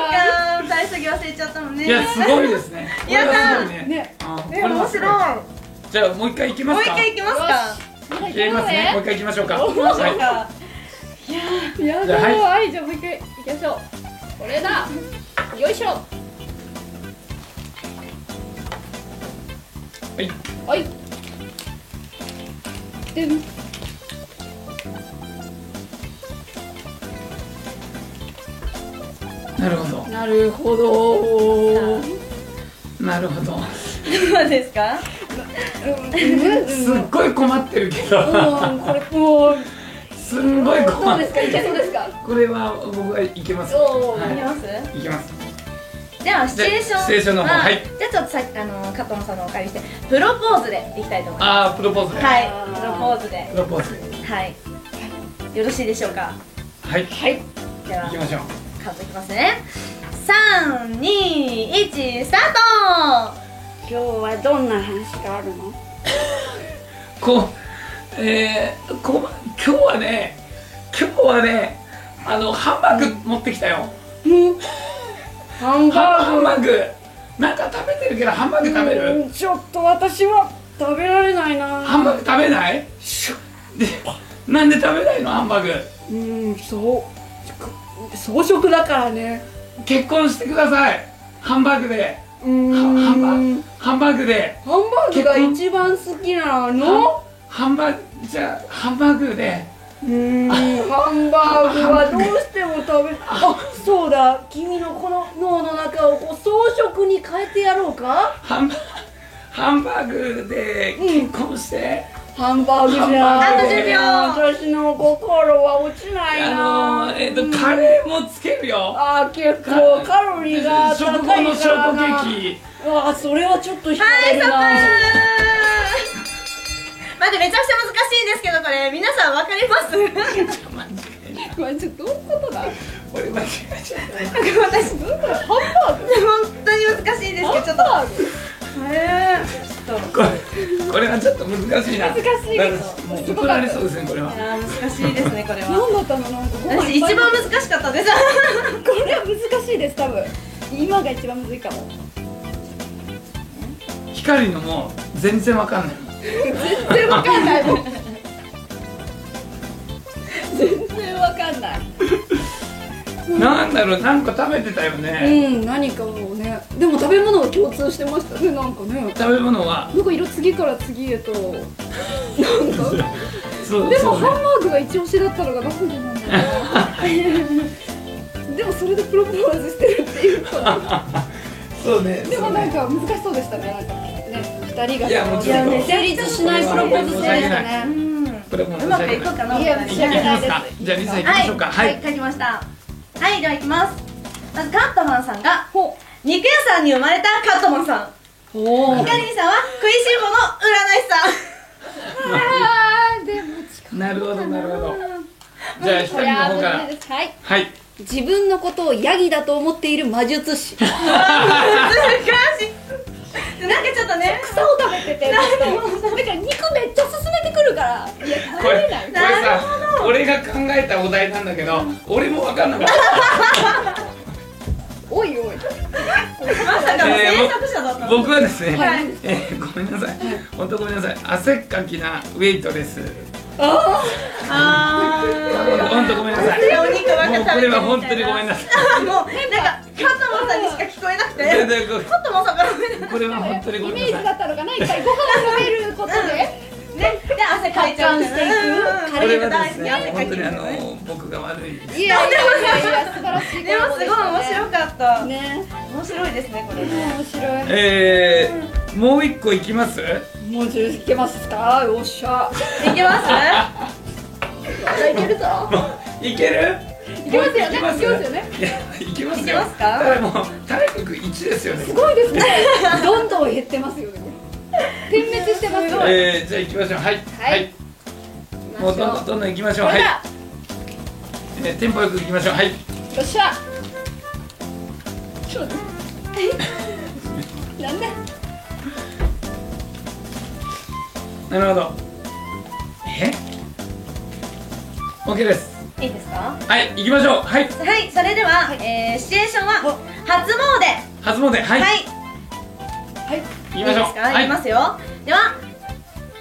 Speaker 1: 歌いすぎ忘れちゃったもんね
Speaker 2: いやすごいですねこれ
Speaker 1: やった
Speaker 2: はすごいね
Speaker 4: ね
Speaker 2: あーこ
Speaker 1: え
Speaker 2: れは
Speaker 1: 面
Speaker 2: すご
Speaker 1: 白い
Speaker 2: じゃあもう一回行きま
Speaker 1: もう
Speaker 2: す
Speaker 1: 一
Speaker 2: か
Speaker 1: 回いきますか
Speaker 2: やりますねもう一回行きましょうかは
Speaker 4: きや
Speaker 2: じゃあはい
Speaker 4: はいじゃあもう一回いきましょうこれだよいしょ
Speaker 2: い、はい、
Speaker 4: はいでん
Speaker 2: なるほど
Speaker 4: なるほど
Speaker 2: なるほど
Speaker 1: どうですか
Speaker 2: (laughs) すっごい困ってるけど
Speaker 4: うんこれもう
Speaker 2: すんごい
Speaker 4: ど
Speaker 2: 困
Speaker 4: う
Speaker 2: っ
Speaker 4: ですかいけそうですか
Speaker 2: これは僕はいけます
Speaker 4: お
Speaker 1: いき
Speaker 2: は
Speaker 1: ます
Speaker 2: い、いけます
Speaker 1: ではシチュエーション
Speaker 2: シチュエーションの方
Speaker 1: まあ
Speaker 2: はい
Speaker 1: じゃあちょっとさあの加藤さんのお借りしてプロポーズでいきたいと思いま
Speaker 2: ああプロポーズね、
Speaker 1: すはいプロポーズで
Speaker 2: プロポーズで
Speaker 1: はいよろしいでしょうか
Speaker 2: はい
Speaker 4: はい
Speaker 1: では
Speaker 2: 行きましょう
Speaker 1: カウントいきますね321スター
Speaker 4: 今日はどんな話があるの
Speaker 2: こうえー、こ今日はね今日はねあのハンバーグ持ってきたよ、
Speaker 4: ハン
Speaker 2: ハン
Speaker 4: バ
Speaker 2: バーグなんか食べてるけどハンバーグ食べる、
Speaker 4: ーグちょっと私は食べられない
Speaker 2: ハン
Speaker 4: な
Speaker 2: バーグ食べないでなんで食べないのハンバーグ
Speaker 4: うんそう装飾だからね
Speaker 2: 結婚してくださいハンバーグで
Speaker 4: うーん
Speaker 2: はハンバーグハンバーグで
Speaker 4: ハンバーグが一番好きなの
Speaker 2: ハンハンバーグじゃあハンバーグで
Speaker 4: うーんハンバーグはどうしても食べあそうだ君のこの脳の中をこう装飾に変えてやろうか
Speaker 2: ハンバハンバーグで結婚して、
Speaker 5: ハンバーグじゃ
Speaker 1: あと10秒
Speaker 5: 私の心は落ちないな
Speaker 2: あのーえっとカレーもつけるよ
Speaker 5: あー結構カロリーが
Speaker 2: 食
Speaker 5: 高
Speaker 2: 後の
Speaker 5: い
Speaker 2: シ
Speaker 5: か
Speaker 2: ョ
Speaker 5: ら
Speaker 2: ートケ
Speaker 5: な
Speaker 2: ーキ
Speaker 5: あーそれはちょっと引かれるな、
Speaker 1: 待ってめちゃくちゃ難しいんですけどこれ皆さんわかります
Speaker 4: これちょっとどういうことだ
Speaker 2: 俺間違えちゃった
Speaker 1: 私
Speaker 4: どういうことハンバーグ
Speaker 1: 本当に難しいですけどちょっと
Speaker 4: ハンバーグ
Speaker 1: え
Speaker 2: これこれはちょっと難しいな
Speaker 4: 難しいけど
Speaker 2: だからもう怒られそうですねこれは
Speaker 1: ー、難しいですねこれは
Speaker 4: 何だったのなんかご飯
Speaker 1: 私
Speaker 4: い
Speaker 1: 一
Speaker 4: っぱい
Speaker 1: 番難しかったです
Speaker 4: これは難しいです多分今が一番むずいかも
Speaker 2: 光のも全然わかんない
Speaker 4: 全然わかんないもん全然わかんない
Speaker 2: なんだろうなんか食べてたよね、
Speaker 4: うん何かもうねでも食べ物は共通してましたねなんかね
Speaker 2: 食べ物は
Speaker 4: なんか色次から次へとなんか
Speaker 2: そう
Speaker 4: で
Speaker 2: そ
Speaker 4: も
Speaker 2: う、
Speaker 4: ハン
Speaker 2: ね、
Speaker 4: バーグが一押しだったのがなんでなん
Speaker 2: (laughs)
Speaker 4: だろうでもそれでプロポーズしてるっていうこと
Speaker 2: そうね
Speaker 4: でもなん
Speaker 2: か
Speaker 4: か難しそうでしたねなんかね二人が
Speaker 2: いやもちろん
Speaker 4: いや
Speaker 5: 成立しないプロポーズしてるよね
Speaker 1: うん
Speaker 2: これも
Speaker 1: う
Speaker 2: 申し
Speaker 1: ま
Speaker 2: 訳な
Speaker 1: く
Speaker 2: い
Speaker 1: いこうかない
Speaker 4: や
Speaker 1: お互い
Speaker 4: 仕
Speaker 2: じゃ
Speaker 4: 上
Speaker 2: あ
Speaker 4: げない
Speaker 2: 行きますか
Speaker 4: です
Speaker 2: じゃあリサ行きましょうか
Speaker 1: は、
Speaker 2: はいい、
Speaker 1: 書きましたはいでは行きますまずカットマンさんが肉屋さんに生まれたカットマンさん
Speaker 4: お
Speaker 1: ヒカリンさんは食いしん坊の占い師さん
Speaker 2: な
Speaker 4: あでも
Speaker 2: るほどなるほどじゃあ光の方から
Speaker 4: はい
Speaker 2: はい
Speaker 4: 自分のことをヤギだと思っている魔術師草
Speaker 1: (laughs) 難しいなんかちょっとね
Speaker 4: を食べててずっとだから肉めっちゃ進めてくるからいや
Speaker 2: これこれ
Speaker 1: なる
Speaker 2: さ俺が考えたお題なんだけど俺もわかんなかっ
Speaker 1: (laughs)
Speaker 4: おいおい
Speaker 1: まさかの制作者だった
Speaker 2: た
Speaker 1: の
Speaker 2: 僕はですね、
Speaker 1: はい
Speaker 2: えーごめんなさい本当ごめんなさい汗っかきなウェイトレス
Speaker 1: あ
Speaker 2: 本当ごめんなさい
Speaker 1: ーいやお肉ばっか食べてるみたいな
Speaker 2: もうこれは本当にごめんなさ
Speaker 1: (laughs) いもうなんかカットマンさんにしか聞こえなくて
Speaker 2: 全然こ
Speaker 1: カットマンさんからごめんなさい
Speaker 2: これは本当に
Speaker 4: イ
Speaker 2: ご
Speaker 4: メ
Speaker 2: め
Speaker 4: ー
Speaker 2: ん
Speaker 4: ジ
Speaker 2: な
Speaker 4: だ
Speaker 2: さい
Speaker 4: ったのがないからご飯を食べることで
Speaker 1: ね、で汗かいちゃう
Speaker 4: 達観していく
Speaker 1: カ
Speaker 2: こ
Speaker 1: レ
Speaker 2: れ
Speaker 1: ーが
Speaker 2: は
Speaker 1: 大
Speaker 2: です
Speaker 1: 好き
Speaker 2: ね
Speaker 1: 汗かいてるん
Speaker 2: 本当にあ
Speaker 1: だね
Speaker 2: の僕が悪い
Speaker 4: いやいやいやいや素晴らしい
Speaker 1: でもすごい面白かったね
Speaker 4: ね
Speaker 1: 面白いですねこれ
Speaker 4: 面白い
Speaker 2: えー、もう一個いきます
Speaker 4: もう十いけますかよっしゃ
Speaker 1: いけます
Speaker 4: いけるぞ
Speaker 2: (laughs) いける
Speaker 4: いけますよね
Speaker 2: もう一個いきま
Speaker 4: い
Speaker 2: いやいけますよ
Speaker 1: いけますか
Speaker 2: ただもう体力1ですよね
Speaker 4: すごいですねどんどん減ってますよね点滅してますよ
Speaker 2: えー、じゃあ行きましょうはい
Speaker 4: はい
Speaker 2: もうどんどんどんどん行きましょう
Speaker 4: ほ
Speaker 2: はい、
Speaker 4: ら
Speaker 2: えー、テンポよく行きましょうはい
Speaker 4: よっしゃちょっとなんだ
Speaker 2: なるほどえ OK です
Speaker 1: いいですか
Speaker 2: はい行きましょうはい
Speaker 1: はいそれでは、えー、シチュエーションは初詣は
Speaker 2: 初詣はい、
Speaker 1: い、い、
Speaker 2: 行き
Speaker 1: い
Speaker 2: ましょう
Speaker 1: ですか、い、きますよでは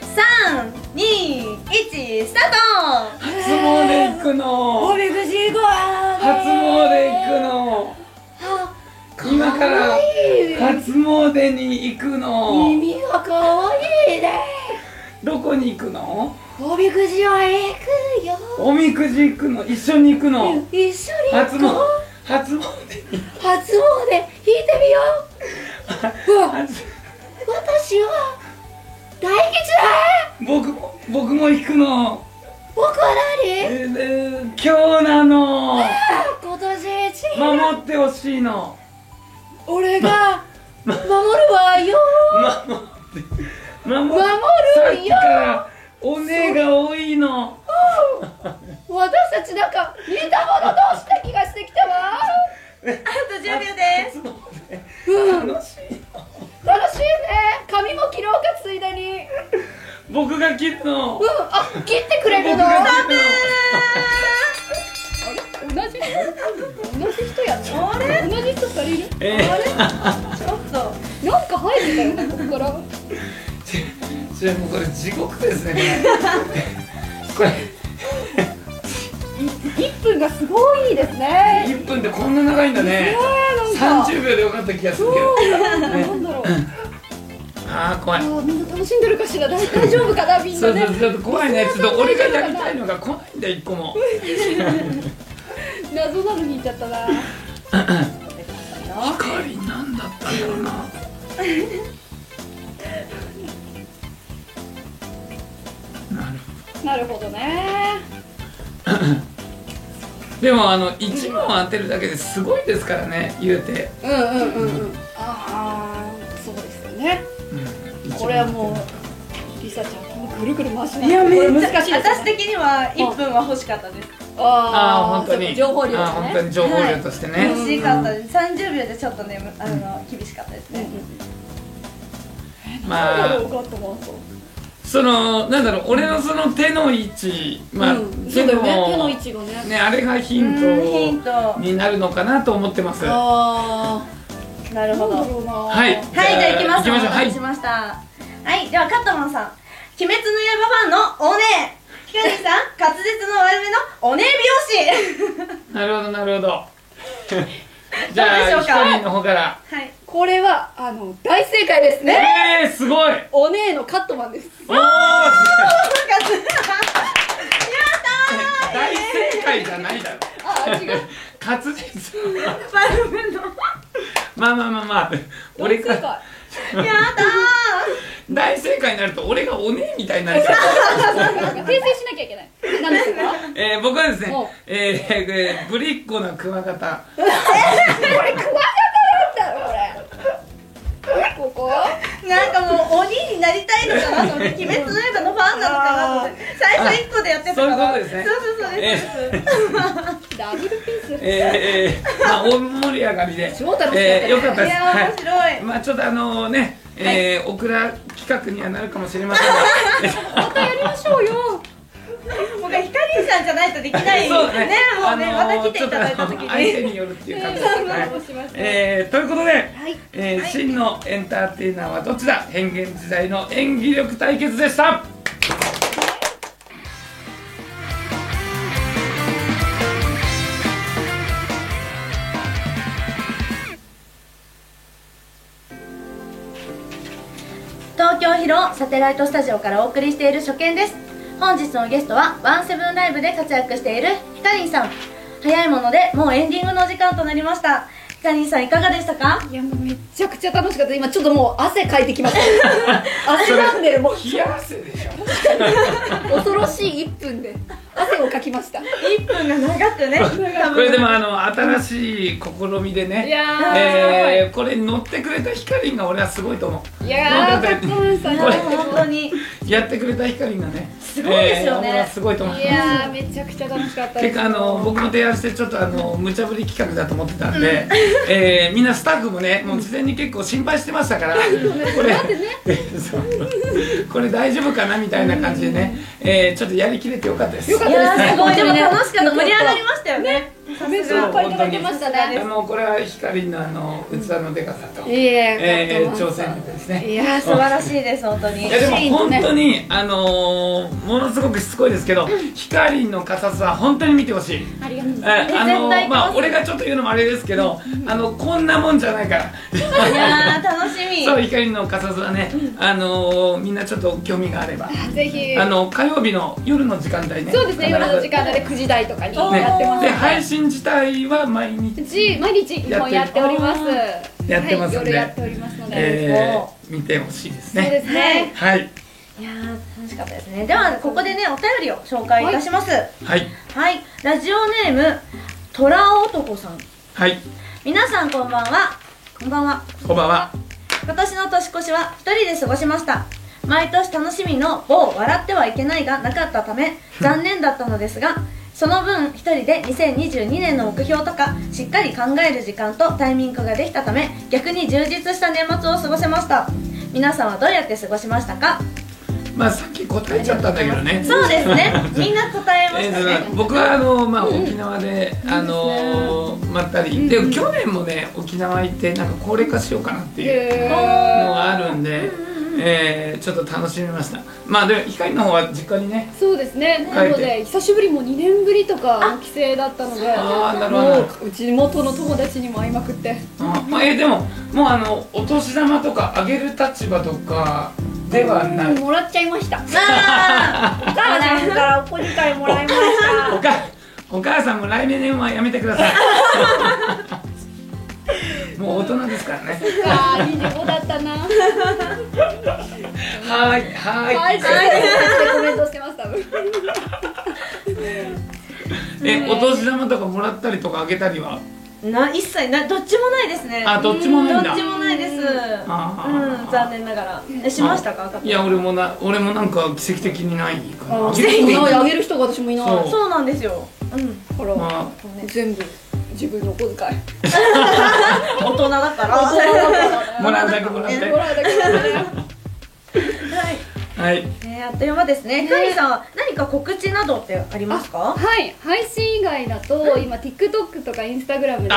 Speaker 1: 三二一スタート
Speaker 2: 初詣行くの
Speaker 5: おみくじ行こう
Speaker 2: 初詣行くの今から初詣に行くの
Speaker 5: 耳が可愛いね
Speaker 2: どこに行くの
Speaker 5: おみくじは行くよ
Speaker 2: おみくじ行くの一緒に行くの
Speaker 5: 一緒に
Speaker 2: 初詣初詣
Speaker 5: 初
Speaker 2: に
Speaker 5: 詣引いてみよ
Speaker 2: 初
Speaker 5: う私は大吉だ
Speaker 2: (laughs) 僕も僕も行くの
Speaker 5: 僕は何
Speaker 2: えーえー今日なの
Speaker 5: 今年一
Speaker 2: 守ってほしいの
Speaker 5: 俺が守るわよ
Speaker 2: 守って守守
Speaker 5: 守るよ
Speaker 2: さっきからお姉が多いの
Speaker 5: 私たちなんか似たもの同士な気がしてきたわ
Speaker 1: あと10秒です
Speaker 2: うん楽しいの
Speaker 5: 楽しいね髪も切ろうかついでにうん
Speaker 2: 僕が切るの
Speaker 5: あ切ってくれる
Speaker 2: 僕
Speaker 5: の
Speaker 2: が切るの
Speaker 4: 同じ同じ人やん
Speaker 1: あれ
Speaker 4: 同じ人二人いる
Speaker 2: えー
Speaker 1: ちょっと
Speaker 4: なんか入ってたよねここから
Speaker 2: (laughs) それもうこれ地獄ですねこれこ
Speaker 4: 一分がすごいです
Speaker 2: れ
Speaker 4: ね
Speaker 2: 1分でこんな長いんだね
Speaker 4: なんか
Speaker 2: 30秒でよかった気がするけど
Speaker 4: なんだろう
Speaker 2: あー怖い
Speaker 4: あーみんな楽しんでるかしら大大丈夫かなみん
Speaker 2: そ
Speaker 4: な
Speaker 2: う
Speaker 4: ね
Speaker 2: そうちょっと怖いねちょっと俺がやりたいのが来ないんだよ一個も
Speaker 4: 謎なの引いちゃったな
Speaker 2: ひかりなんだったんだろうな
Speaker 4: なるほどね
Speaker 2: でもあの1問当てるだけですごいですからね言うて、
Speaker 5: うんうんうんうん
Speaker 4: ああそうですよね
Speaker 2: うん、
Speaker 4: これはもうリサちゃんこのぐるぐる回しない
Speaker 5: いやめっちゃ
Speaker 4: これ難しいです、ね、
Speaker 1: 私的には1分は欲しかったです
Speaker 2: ああ
Speaker 4: あ
Speaker 2: 本当に
Speaker 4: 情報量
Speaker 2: あー
Speaker 4: です
Speaker 2: 本当
Speaker 4: ね
Speaker 2: に情報量としてね、
Speaker 1: 欲しかったです30秒でちょっとねむあの厳しかったですね
Speaker 2: まあ
Speaker 4: 情報量があったな
Speaker 2: そのなんだろう俺のその手の位置まあ、
Speaker 4: うん
Speaker 2: 手
Speaker 4: そうだよね手の位
Speaker 2: の
Speaker 4: 置がね
Speaker 2: ねあれがヒン
Speaker 1: うんヒン
Speaker 2: ト
Speaker 1: ト
Speaker 2: になるのかなと思ってますは
Speaker 4: あ
Speaker 1: なる
Speaker 4: あ
Speaker 1: ほ
Speaker 4: なんだ
Speaker 1: ど
Speaker 4: ろうな
Speaker 2: はい
Speaker 1: はい、じゃあ行きます。
Speaker 2: 行きまし
Speaker 1: お
Speaker 2: ょう
Speaker 1: 待
Speaker 2: はい
Speaker 1: たせしました。はい、ではカットマンさん。鬼滅の刃ファンのお姉。ひかりさ
Speaker 2: (laughs)
Speaker 1: ん、滑舌の悪めのお姉美容師。
Speaker 2: なるほどなるほどじゃ
Speaker 1: どう
Speaker 2: あ
Speaker 1: でしょうか
Speaker 2: 一人の方から
Speaker 1: (laughs) はい。
Speaker 4: これはあの大正解ですね
Speaker 2: えー、すごい
Speaker 4: お姉のカットマンです
Speaker 2: お
Speaker 1: 復
Speaker 2: ー (laughs)
Speaker 1: 活。や
Speaker 2: 大正解じゃないだろ
Speaker 4: ああ違う
Speaker 2: 滑舌
Speaker 1: ったー。バルブの。
Speaker 2: まあまあまあまあ俺
Speaker 4: 大正
Speaker 2: が
Speaker 4: 解
Speaker 1: やった
Speaker 2: 大正解になると俺がおねえみたいになるから
Speaker 4: 訂正しなきゃいけない何ですか
Speaker 2: えー、僕はですね
Speaker 4: おう、
Speaker 2: えーえーぶりっ子のクワガタ
Speaker 4: ここ
Speaker 1: ー。なんかもう鬼になりたいのかなと思って、鬼滅の刃のファンなのかなと思って、最初一個でやってたから。
Speaker 2: あそういうことですね
Speaker 1: そうそうそうです。そうです
Speaker 4: ダブルピー
Speaker 2: え
Speaker 4: ス
Speaker 2: ー、えー、まあ大盛り上がりで
Speaker 4: 超楽しかった
Speaker 2: えー、よかった
Speaker 1: い
Speaker 2: です
Speaker 1: やー、面白い。
Speaker 2: まあちょっとあのね、えーオクラ企画にはなるかもしれませんが
Speaker 4: またやりましょうよ
Speaker 1: もう一回ヒカリンさんじゃないとできない。
Speaker 2: (laughs) そうだ
Speaker 1: も
Speaker 2: ね
Speaker 1: うね、
Speaker 2: あのー
Speaker 1: また来ていただいた時
Speaker 2: ちょ
Speaker 1: に。
Speaker 2: っとあの相手によるっていう感じですね、
Speaker 4: えーそうしました
Speaker 2: えーということで、えー真のエンターテイナーはどっちだ変幻自在の演技力対決でした
Speaker 1: 東京広尾サテライトスタジオからお送りしている初見です本日のゲストはワンセブンライブで活躍しているひかりんさん早いものでもうエンディングのお時間となりましたひかりんさんいかがでしたか
Speaker 4: いやもうめちゃくちゃ楽しかった今ちょっともう汗かいてきました (laughs) 汗ばんでるもう
Speaker 2: 冷や汗でしょ
Speaker 4: 恐ろしい1分で汗をかきました
Speaker 1: 1分が長 (laughs) くね
Speaker 2: これでもあの新しい試みでね
Speaker 4: いやー
Speaker 2: えーこれに乗ってくれたヒカリンが俺はすごいと思う
Speaker 4: いやー
Speaker 2: な
Speaker 4: カ
Speaker 2: ん
Speaker 4: ッ
Speaker 2: で
Speaker 4: トマンさん
Speaker 2: これ
Speaker 1: 本当に
Speaker 2: やってくれたヒカリンがねす
Speaker 1: ごいですよね
Speaker 2: 俺はすごいと思う
Speaker 4: いやーめちゃくちゃ楽しかった
Speaker 2: て
Speaker 4: です
Speaker 2: かあの僕も提案してちょっとあの無茶ぶり企画だと思ってたんで、えーみんなスタッフもねもう事前に結構心配してましたから、これ (laughs) そうこれ大丈夫かなみたいな感じでね、えーちょっとやりきれてよかったです
Speaker 4: よかっ
Speaker 1: い
Speaker 4: た
Speaker 1: やーすごいでも
Speaker 4: ね
Speaker 1: 楽しかった盛り上がりましたよね
Speaker 4: コメントいっぱいいただきました
Speaker 2: あ
Speaker 4: ね
Speaker 2: のこれはヒカリンのあの器のでかさと、
Speaker 4: いえ
Speaker 2: えー
Speaker 4: カットマ
Speaker 2: 挑
Speaker 4: ンさん
Speaker 2: 戦力ですね
Speaker 4: いやー
Speaker 1: 素晴らしいです本当に
Speaker 2: いやでも本当に、あのーものすごくしつこいですけど、ヒカリンのカサスは本当に見てほしい。
Speaker 4: ありがとうございます
Speaker 2: えあ
Speaker 1: 絶対行き
Speaker 2: の
Speaker 1: ますよ
Speaker 2: まあ俺がちょっと言うのもあれですけど、あのこんなもんじゃない
Speaker 4: (laughs)
Speaker 2: から。
Speaker 1: いやー楽しみ
Speaker 2: そう光の傘はね、あのーみんなちょっと興味があれば、
Speaker 4: ぜひ
Speaker 2: あの火曜日の夜の時間帯ね。
Speaker 4: そうですね
Speaker 2: 必ず
Speaker 4: 夜の時間で9時台とかに
Speaker 2: ね
Speaker 4: やってます
Speaker 2: で配信自体は毎日、
Speaker 4: じ毎日一本やっております
Speaker 2: やってる
Speaker 4: は
Speaker 2: やってま
Speaker 4: い
Speaker 2: すんで
Speaker 4: 夜やっておりますので、
Speaker 2: えー、見てほしいです
Speaker 4: そうで
Speaker 2: ね。
Speaker 4: すね、
Speaker 2: はい
Speaker 1: いやー楽しかったですねではここでねお便りを紹介いたします
Speaker 2: はい
Speaker 1: はい、ラジオネームトラ男さん
Speaker 2: はい
Speaker 1: 皆さんこんばんはこんばんは
Speaker 2: こんばんは。
Speaker 1: 今年の年越しは一人で過ごしました毎年楽しみの某笑ってはいけないがなかったため残念だったのですがその分一人で2022年の目標とかしっかり考える時間とタイミングができたため逆に充実した年末を過ごせました皆さんはどうやって過ごしましたか
Speaker 2: まあさっき答えちゃったんだけどね。
Speaker 1: そうです
Speaker 2: (laughs)
Speaker 1: ねみんな答えま
Speaker 2: え
Speaker 1: した
Speaker 2: ー
Speaker 1: ね
Speaker 2: と僕はあの、まあ、沖縄で、あのーまったりで去年もね沖縄行ってなんか高齢化しようかなっていう
Speaker 4: へ
Speaker 2: の
Speaker 4: ー
Speaker 2: があるんで、えーちょっと楽しみましたまあでも光の方は実家にね
Speaker 4: そうですねなので久しぶりもう2年ぶりとかの帰省だったので
Speaker 2: あーなるほど
Speaker 4: もううち元の友達にも会いまくって
Speaker 2: あまあえーでももうあのお年玉とかあげる立場とかではない、
Speaker 4: もらっちゃいました
Speaker 1: ま (laughs) あ
Speaker 4: (laughs)
Speaker 5: お母さんからお小遣いもらいま
Speaker 2: お
Speaker 5: し
Speaker 2: かお母さんも来年はやめてくだ (laughs) さいもう大人ですからね
Speaker 4: あー25だったな
Speaker 2: はーいはーい
Speaker 4: はいはいコメントしてます多分
Speaker 2: えお年玉とかもらったりとかあげたりは
Speaker 1: (laughs) な一切などっちもないですね
Speaker 2: あどっちもないんだ
Speaker 1: どっちもないです
Speaker 2: あ
Speaker 1: うん残念ながらえしましたか赤
Speaker 2: いや俺もな俺もなんか奇跡的にないかな
Speaker 8: あ
Speaker 2: あげる人い
Speaker 8: ー
Speaker 2: な
Speaker 8: ない
Speaker 2: い
Speaker 8: あげる人が私もいない
Speaker 2: そう
Speaker 1: そうなんですようん
Speaker 8: から、
Speaker 2: ま
Speaker 8: 全部自分のお小遣い
Speaker 1: 大人だから
Speaker 2: あもらうだけもらって
Speaker 8: もらうだけだね
Speaker 1: はい
Speaker 2: はい
Speaker 1: えー、あっという間ですね。ふみさんは何か告知などってありますか？
Speaker 4: はい配信以外だと今 TikTok とか Instagram で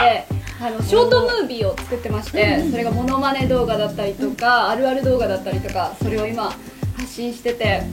Speaker 4: あのショートムービーを作ってましてそれがモノマネ動画だったりとかあるある動画だったりとかそれを今発信してて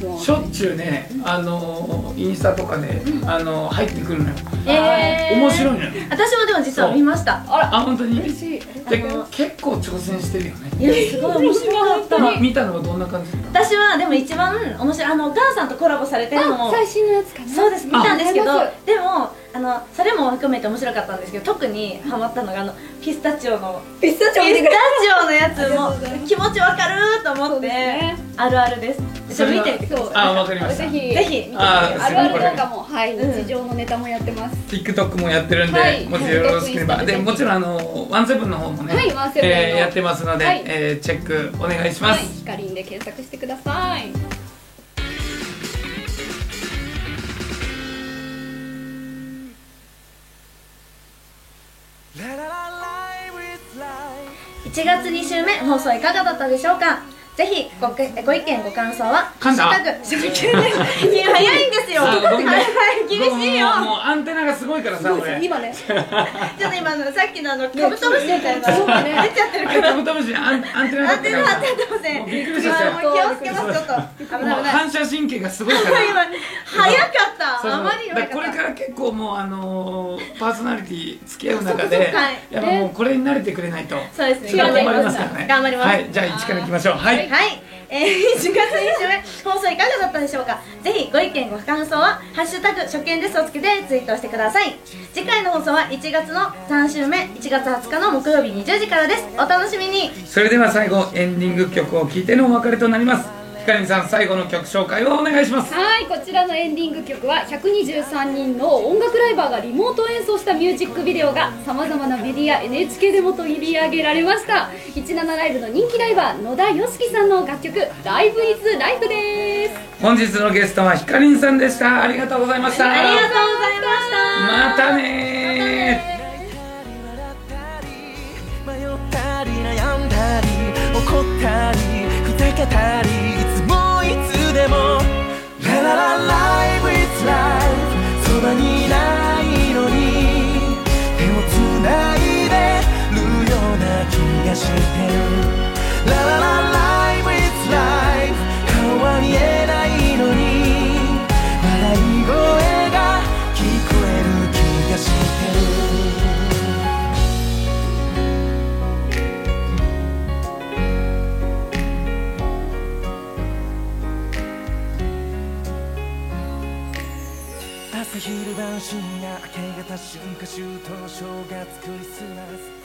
Speaker 4: もう
Speaker 2: しょっちゅうねあのインスタとかであの入ってくるのよ
Speaker 1: えー
Speaker 2: 面白いのよ
Speaker 1: 私もでも実は見ました。
Speaker 2: あらあ本当に
Speaker 8: 嬉しい
Speaker 2: で
Speaker 1: あの
Speaker 2: 結構挑戦してるよね
Speaker 1: いやすごい面白かった。
Speaker 2: み見たのはどんな感じだった
Speaker 1: 私はでも一番面白いあのガンさんとコラボされてるの
Speaker 4: あ
Speaker 1: を
Speaker 4: 最新のやつかな
Speaker 1: そうです見たんですけど
Speaker 4: あ
Speaker 1: でもあのそれも含めて面白かったんですけど特にハマったのがあのピスタチオの
Speaker 8: ピスタチ
Speaker 1: ピ
Speaker 8: オ見て
Speaker 1: ス
Speaker 8: く
Speaker 1: タ
Speaker 8: れ
Speaker 1: チオのやつ
Speaker 8: が
Speaker 1: も
Speaker 8: とうございま
Speaker 1: 気持ちわかるーと思
Speaker 4: そ
Speaker 1: っ
Speaker 4: う
Speaker 1: て、
Speaker 4: ですね
Speaker 1: あるあるですちょっと見てみてくだ
Speaker 4: そ
Speaker 1: さ
Speaker 4: う
Speaker 1: い
Speaker 2: あわかりました
Speaker 4: ぜひ
Speaker 1: ぜひ見てみてください
Speaker 2: あ
Speaker 4: あるある動画もはい
Speaker 1: うん
Speaker 4: 日常のネタもやってます
Speaker 2: TikTok もやってるんで、
Speaker 4: はい
Speaker 2: もしよろしければ、
Speaker 4: はい
Speaker 2: でもちろんあのワンセブンの方もね、
Speaker 4: はいワンセブンの
Speaker 2: えーやってますので、
Speaker 4: はい
Speaker 2: えーチェックお願いしま
Speaker 4: はい
Speaker 2: す、
Speaker 4: ヒカリンで検索してください
Speaker 1: 1月2週目放送いかがだったでしょうかぜひごけご意見ご感想は「
Speaker 2: 噛んだ
Speaker 1: ハッシュタグ初級です」いや早いんですよ
Speaker 2: さあごめんね
Speaker 1: はい厳しいよ
Speaker 2: もうもうもうアンテナがすごいからさ俺
Speaker 8: 今ね
Speaker 1: ちょっと今のさっきのあのカブトムシみたいな
Speaker 8: そうだね
Speaker 1: 出ちゃってる
Speaker 2: あ
Speaker 1: か
Speaker 2: れ
Speaker 1: ら
Speaker 2: カブトムシにアンアンテ
Speaker 1: 当
Speaker 2: ナだった
Speaker 1: て
Speaker 2: か
Speaker 1: る
Speaker 2: ら
Speaker 1: 当てる当てま
Speaker 2: もう
Speaker 1: せ
Speaker 2: びっ
Speaker 1: ん
Speaker 2: くりしちゃったよ
Speaker 1: もう気をつけますちょっと危ない
Speaker 2: もう
Speaker 1: 危ない
Speaker 2: 反射神経がすごいか
Speaker 1: (laughs)
Speaker 2: ら
Speaker 1: 今早かったあまりにも
Speaker 2: だ
Speaker 1: 早
Speaker 2: から
Speaker 1: か
Speaker 2: これ
Speaker 1: っ
Speaker 2: から結構もうあのーパーソナリティ付き合う中
Speaker 1: そっ
Speaker 2: で
Speaker 1: かそっかはい
Speaker 2: やっぱもうこれに慣れてくれないと
Speaker 1: そうですね
Speaker 2: ちょっと困りますからね
Speaker 1: 頑張ります
Speaker 2: はいじゃあ1からいきましょうは
Speaker 1: た
Speaker 2: い
Speaker 1: はいえー、1月2週目放送いかがだったでしょうかぜひご意見ご感想は「ハッシュタグ初見です」をつけてツイートしてください次回の放送は1月の3週目1月20日の木曜日20時からですお楽しみに
Speaker 2: それでは最後エンディング曲を聴いてのお別れとなりますひかりんさん最後の曲紹介をお願いします
Speaker 4: はいこちらのエンディング曲は123人の音楽ライバーがリモート演奏したミュージックビデオがさまざまなメディア NHK でも取り上げられました17ライブの人気ライバー野田よしきさんの楽曲「ライブイズライフです
Speaker 2: 本日のゲストはひかりんさんでしたありがとうございました
Speaker 1: ありがとうございました
Speaker 2: またねー
Speaker 9: 泣いたり笑ったり迷ったり悩んだり怒ったりふざけたりいつもいつでもラララライブ is life そばにいないのに手をつないでるような気がしてるラララライブ is life 顔は見えないのに笑い声が聞こえる気がしてる朝昼晩深夜明け方春夏秋冬正月クリスマス